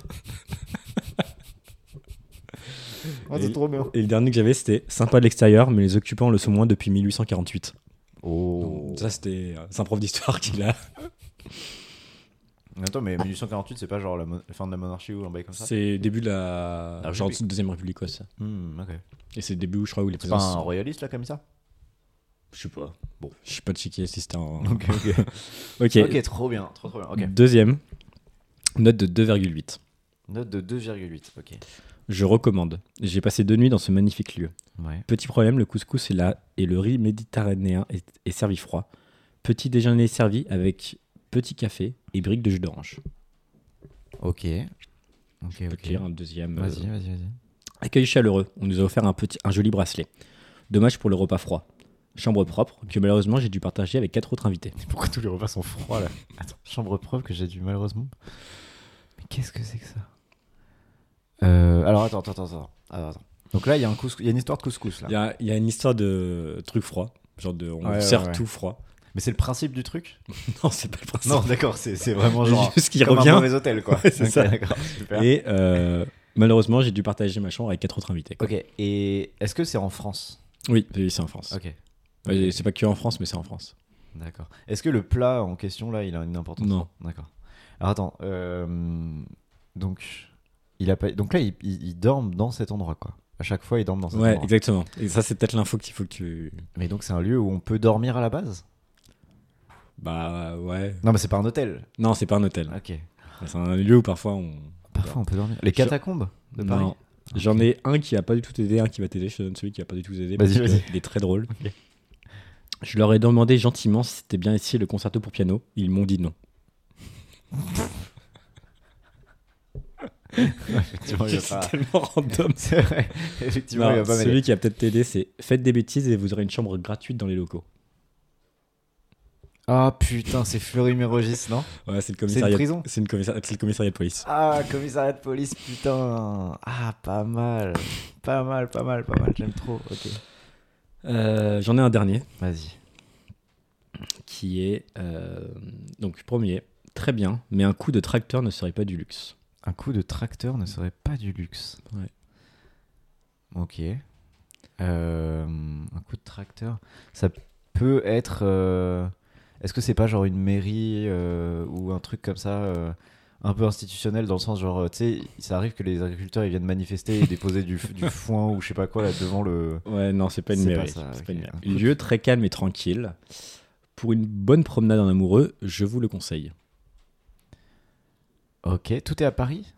S1: Ah, c'est
S2: Et-
S1: trop bien.
S2: Et le dernier que j'avais, c'était sympa de l'extérieur, mais les occupants le sont moins depuis 1848.
S1: Oh.
S2: Ça, c'était euh, c'est un prof d'histoire qui l'a.
S1: Attends, mais 1848, c'est pas genre la, mon- la fin de la monarchie ou un bail comme ça Ah
S2: C'est début de la,
S1: La
S2: genre
S1: République.
S2: deuxième république quoi, ça.
S1: Hmm, ok.
S2: Et c'est le début où je crois où les
S1: C'est pas
S2: présidents.
S1: un
S2: sont-
S1: royaliste, là, comme ça
S2: Je sais pas. Bon, je suis pas checké si c'était un.
S1: Ok, ok.
S2: Ok. Hmm.
S1: ok, trop bien, trop trop bien. Ok.
S2: Deuxième note de 2,8.
S1: Note de 2,8, ok.
S2: Je recommande. J'ai passé deux nuits dans ce magnifique lieu.
S1: Ouais.
S2: Petit problème, le couscous est là et le riz méditerranéen est, est servi froid. Petit déjeuner servi avec petit café et briques de jus d'orange.
S1: Ok. Ok,
S2: Je peux te lire un deuxième. euh,
S1: vas-y.
S2: Accueil chaleureux, on nous a offert un, petit, un joli bracelet. Dommage pour le repas froid. Chambre propre, que malheureusement j'ai dû partager avec quatre autres invités.
S1: Pourquoi tous les repas sont froids là Attends, chambre propre que j'ai dû malheureusement. Mais qu'est-ce que c'est que ça Euh, Alors attends, attends, attends, attends. Alors, attends. Donc là, il y, a un couscous- il y a une histoire de couscous là.
S2: Il y a, il y a une histoire de truc froid, genre de on
S1: Ouais,
S2: sert
S1: ouais, ouais.
S2: tout froid.
S1: Mais c'est le principe du truc
S2: Non, c'est pas le principe.
S1: Non, d'accord, c'est c'est vraiment genre.
S2: juste qu'il
S1: comme un
S2: revient.
S1: mauvais hôtel quoi.
S2: Ouais, c'est
S1: Ok,
S2: ça.
S1: D'accord, super.
S2: Et euh, malheureusement, j'ai dû partager ma chambre avec quatre autres invités. quoi.
S1: Ok, et est-ce que c'est en France
S2: Oui, oui, c'est en France.
S1: Ok,
S2: Ouais, C'est pas que en France, mais c'est en France.
S1: d'accord. Est-ce que le plat en question là, il a une importance
S2: Non.
S1: D'accord. Alors attends, euh, donc il a pas, donc là ils il, il dorment dans cet endroit quoi. À chaque fois ils dorment dans cet
S2: Ouais,
S1: endroit.
S2: exactement. Et ça, c'est peut-être l'info qu'il faut que tu.
S1: Mais donc c'est un lieu où on peut dormir à la base
S2: Bah ouais.
S1: Non mais c'est pas un hôtel.
S2: Non, c'est pas un hôtel.
S1: Ok.
S2: C'est un lieu où parfois on.
S1: Parfois on peut dormir. Les catacombes de Paris.
S2: Non. J'en ai un qui a pas du tout aidé, un qui va t'aider. Je te donne celui qui va pas du tout t'aider.
S1: Vas-y,
S2: parce
S1: vas-y.
S2: que Il est très drôle. Je leur ai demandé gentiment si c'était bien ici le concerto pour piano. Ils m'ont dit non.
S1: Effectivement, il y a
S2: C'est
S1: pas.
S2: tellement random.
S1: C'est vrai. Effectivement,
S2: Non,
S1: il va pas m'aider.
S2: celui qui va peut-être t'aider, c'est faites des bêtises et vous aurez une chambre gratuite dans les locaux.
S1: Ah putain, c'est Fleury Mérogis, non
S2: Ouais, c'est le
S1: une
S2: commissariat.
S1: prison
S2: C'est une commissariat- c'est le commissariat de police.
S1: Ah, commissariat de police, putain. Ah, pas mal. Pas mal, pas mal, pas mal. J'aime trop. Ok.
S2: Euh, J'en ai un dernier.
S1: Vas-y.
S2: qui est euh, donc premier, très bien, mais un coup de tracteur ne serait pas du luxe.
S1: Un coup de tracteur ne serait pas du luxe.
S2: Ouais.
S1: Ok. Euh, un coup de tracteur, ça peut être. euh, Est-ce que c'est pas genre une mairie euh, ou un truc comme ça, euh, un peu institutionnel dans le sens genre, euh, tu sais, ça arrive que les agriculteurs ils viennent manifester et déposer du, f- du foin ou je sais pas quoi là devant le.
S2: Ouais, non, c'est pas une
S1: C'est pas
S2: mairie.
S1: ça,
S2: c'est
S1: ok.
S2: pas une mairie.
S1: Un coup de-
S2: Lieu très calme et tranquille. Pour une bonne promenade en amoureux, je vous le conseille.
S1: Ok, tout est à Paris.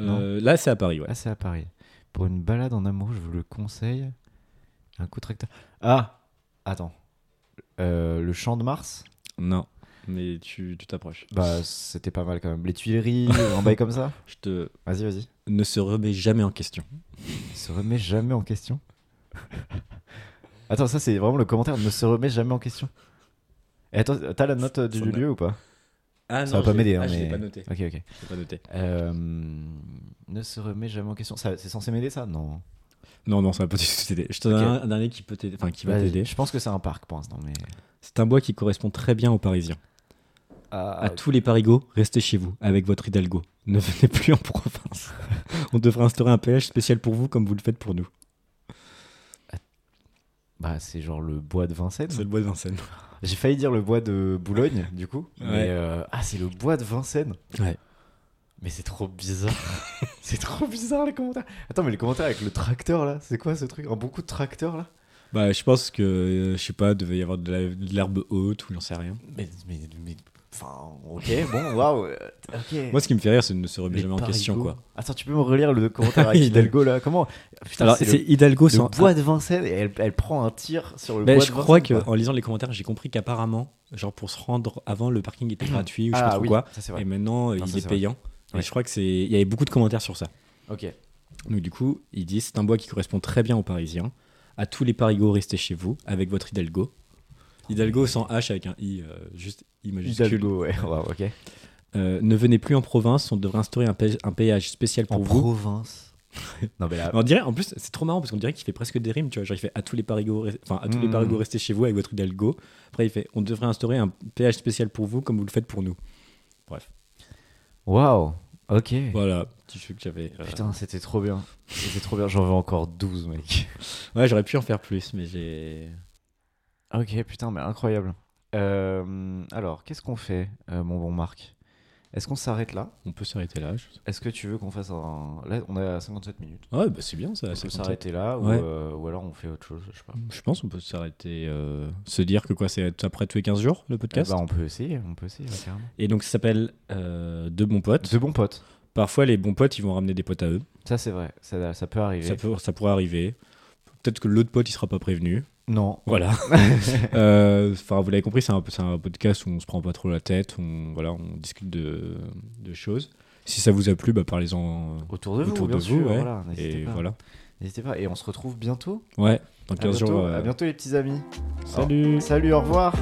S2: Euh, là, c'est à Paris, ouais.
S1: Ah, c'est à Paris. Pour une balade en amour, je vous le conseille. Un coup de tracteur. Ah, attends. Euh, le champ de Mars.
S2: Non, mais tu tu t'approches.
S1: Bah, c'était pas mal quand même. Les Tuileries, un bail comme ça.
S2: Je te
S1: Vas-y, vas-y.
S2: ne se remet jamais en question.
S1: Il se remet jamais en question. Attends, ça c'est vraiment le commentaire. Ne se remet jamais en question. Et attends, t'as la note euh, du
S2: Ça m'a-
S1: lieu ou pas
S2: Ah
S1: Ça non, va pas je l'ai- m'aider, hein, ah, je
S2: je
S1: l'ai mais-
S2: pas
S1: pas
S2: noté.
S1: Ok, ok. Euh, ne se remet jamais en question. Ça, c'est censé m'aider ça Non.
S2: Non, non, ça va pas du tout t'aider. Je te donne
S1: Ok.
S2: un, un dernier qui peut t'aider. Enfin, qui va
S1: Vas-y.
S2: t'aider.
S1: Je pense que c'est un parc pour l'instant, mais.
S2: C'est un bois qui correspond très bien aux Parisiens.
S1: Ah,
S2: À tous les parigots, restez chez vous avec votre Hidalgo. Ne venez plus en province. On devrait instaurer un péage spécial pour vous comme vous le faites pour nous.
S1: Bah, c'est genre le bois de Vincennes.
S2: C'est le bois de Vincennes.
S1: J'ai failli dire le bois de Boulogne, du coup.
S2: Ouais.
S1: Mais euh, ah, c'est le bois de Vincennes.
S2: Ouais.
S1: Mais c'est trop bizarre. c'est trop bizarre les commentaires. Attends, mais les commentaires avec le tracteur là, c'est quoi ce truc Un bon coup de tracteur là
S2: Bah, je pense que, euh, je sais pas, devait y avoir de la- de l'herbe haute ou j'en sais rien.
S1: Mais. mais, mais- Enfin, ok, bon, waouw. euh, Ok.
S2: Moi, ce qui me fait rire, c'est de ne se remettre
S1: Les
S2: jamais en question,
S1: parigots.
S2: quoi.
S1: Attends, tu peux me relire le commentaire avec Hidalgo là Comment Putain,
S2: Alors,
S1: c'est
S2: c'est
S1: le,
S2: Hidalgo, c'est
S1: le
S2: un-
S1: bois de Vincennes et elle, elle prend un tir sur le
S2: Bah,
S1: bois
S2: je
S1: de
S2: crois
S1: Vincennes,
S2: qu'en lisant les commentaires, j'ai compris qu'apparemment, genre pour se rendre avant, le parking était gratuit ou je sais
S1: Ah
S2: pas trop
S1: oui,
S2: quoi.
S1: ça c'est
S2: Et
S1: vrai.
S2: maintenant, euh,
S1: Non,
S2: il
S1: ça,
S2: est
S1: c'est vrai.
S2: payant. Et
S1: Ouais.
S2: je crois que c'est. Il y avait beaucoup de commentaires sur ça.
S1: Ok.
S2: Donc, du coup, il dit c'est un bois qui correspond très bien aux Parisiens. À tous les parigots, restez chez vous avec votre Hidalgo. Hidalgo sans H avec un I, euh, juste I majuscule.
S1: Hidalgo, ouais, waouh, ok.
S2: Euh, ne venez plus en province, on devrait instaurer un, pé- un péage spécial pour
S1: En
S2: vous.
S1: province. non, mais là,
S2: On dirait, en plus, c'est trop marrant parce qu'on dirait qu'il fait presque des rimes, tu vois. Genre, il fait à tous les parigots, res- enfin, à tous les
S1: Mm.
S2: parigots, restez chez vous avec votre Hidalgo. Après, il fait, on devrait instaurer un péage spécial pour vous comme vous le faites pour nous.
S1: waouh, ok.
S2: Voilà, petit truc que j'avais. euh,
S1: Putain, c'était trop bien. C'était trop bien. J'en veux encore 12, mec.
S2: Ouais, j'aurais pu en faire plus, mais j'ai.
S1: Ok, putain, mais incroyable. Euh, alors, qu'est-ce qu'on fait, euh, mon bon Marc Est-ce qu'on s'arrête là
S2: On peut s'arrêter là. je-
S1: Est-ce que tu veux qu'on fasse un. Là, on est à 57 minutes.
S2: Ouais, bah c'est bien ça.
S1: On
S2: c'est
S1: peut
S2: content.
S1: s'arrêter là
S2: Ouais.
S1: ou, euh, ou alors on fait autre chose, je sais pas.
S2: Je pense qu'on peut s'arrêter. euh, Se dire que quoi, c'est après tous les 15 jours le
S1: Eh
S2: podcast.
S1: ben, on peut essayer, on peut essayer, ouais, carrément.
S2: Et donc, ça s'appelle euh, De bons potes.
S1: De bons potes.
S2: Parfois, les bons potes, ils vont ramener des potes à eux.
S1: Ça, c'est vrai. Ça, ça peut arriver.
S2: Ça, peut, ça pourrait arriver. Peut-être que l'autre pote, il sera pas prévenu.
S1: Non.
S2: Voilà. Euh, Enfin, vous l'avez compris, c'est un, c'est un podcast où on se prend pas trop la tête, on, voilà, on discute de, de choses. Si ça vous a plu, bah, parlez-en euh,
S1: Autour de vous,
S2: autour
S1: bien
S2: de
S1: sûr.
S2: vous. ouais.
S1: voilà, n'hésitez
S2: Et
S1: pas.
S2: voilà.
S1: N'hésitez pas. Et on se retrouve bientôt.
S2: Ouais, dans
S1: À
S2: 15
S1: bientôt.
S2: jours. euh,
S1: À bientôt, les petits amis.
S2: Salut
S1: Salut, au revoir.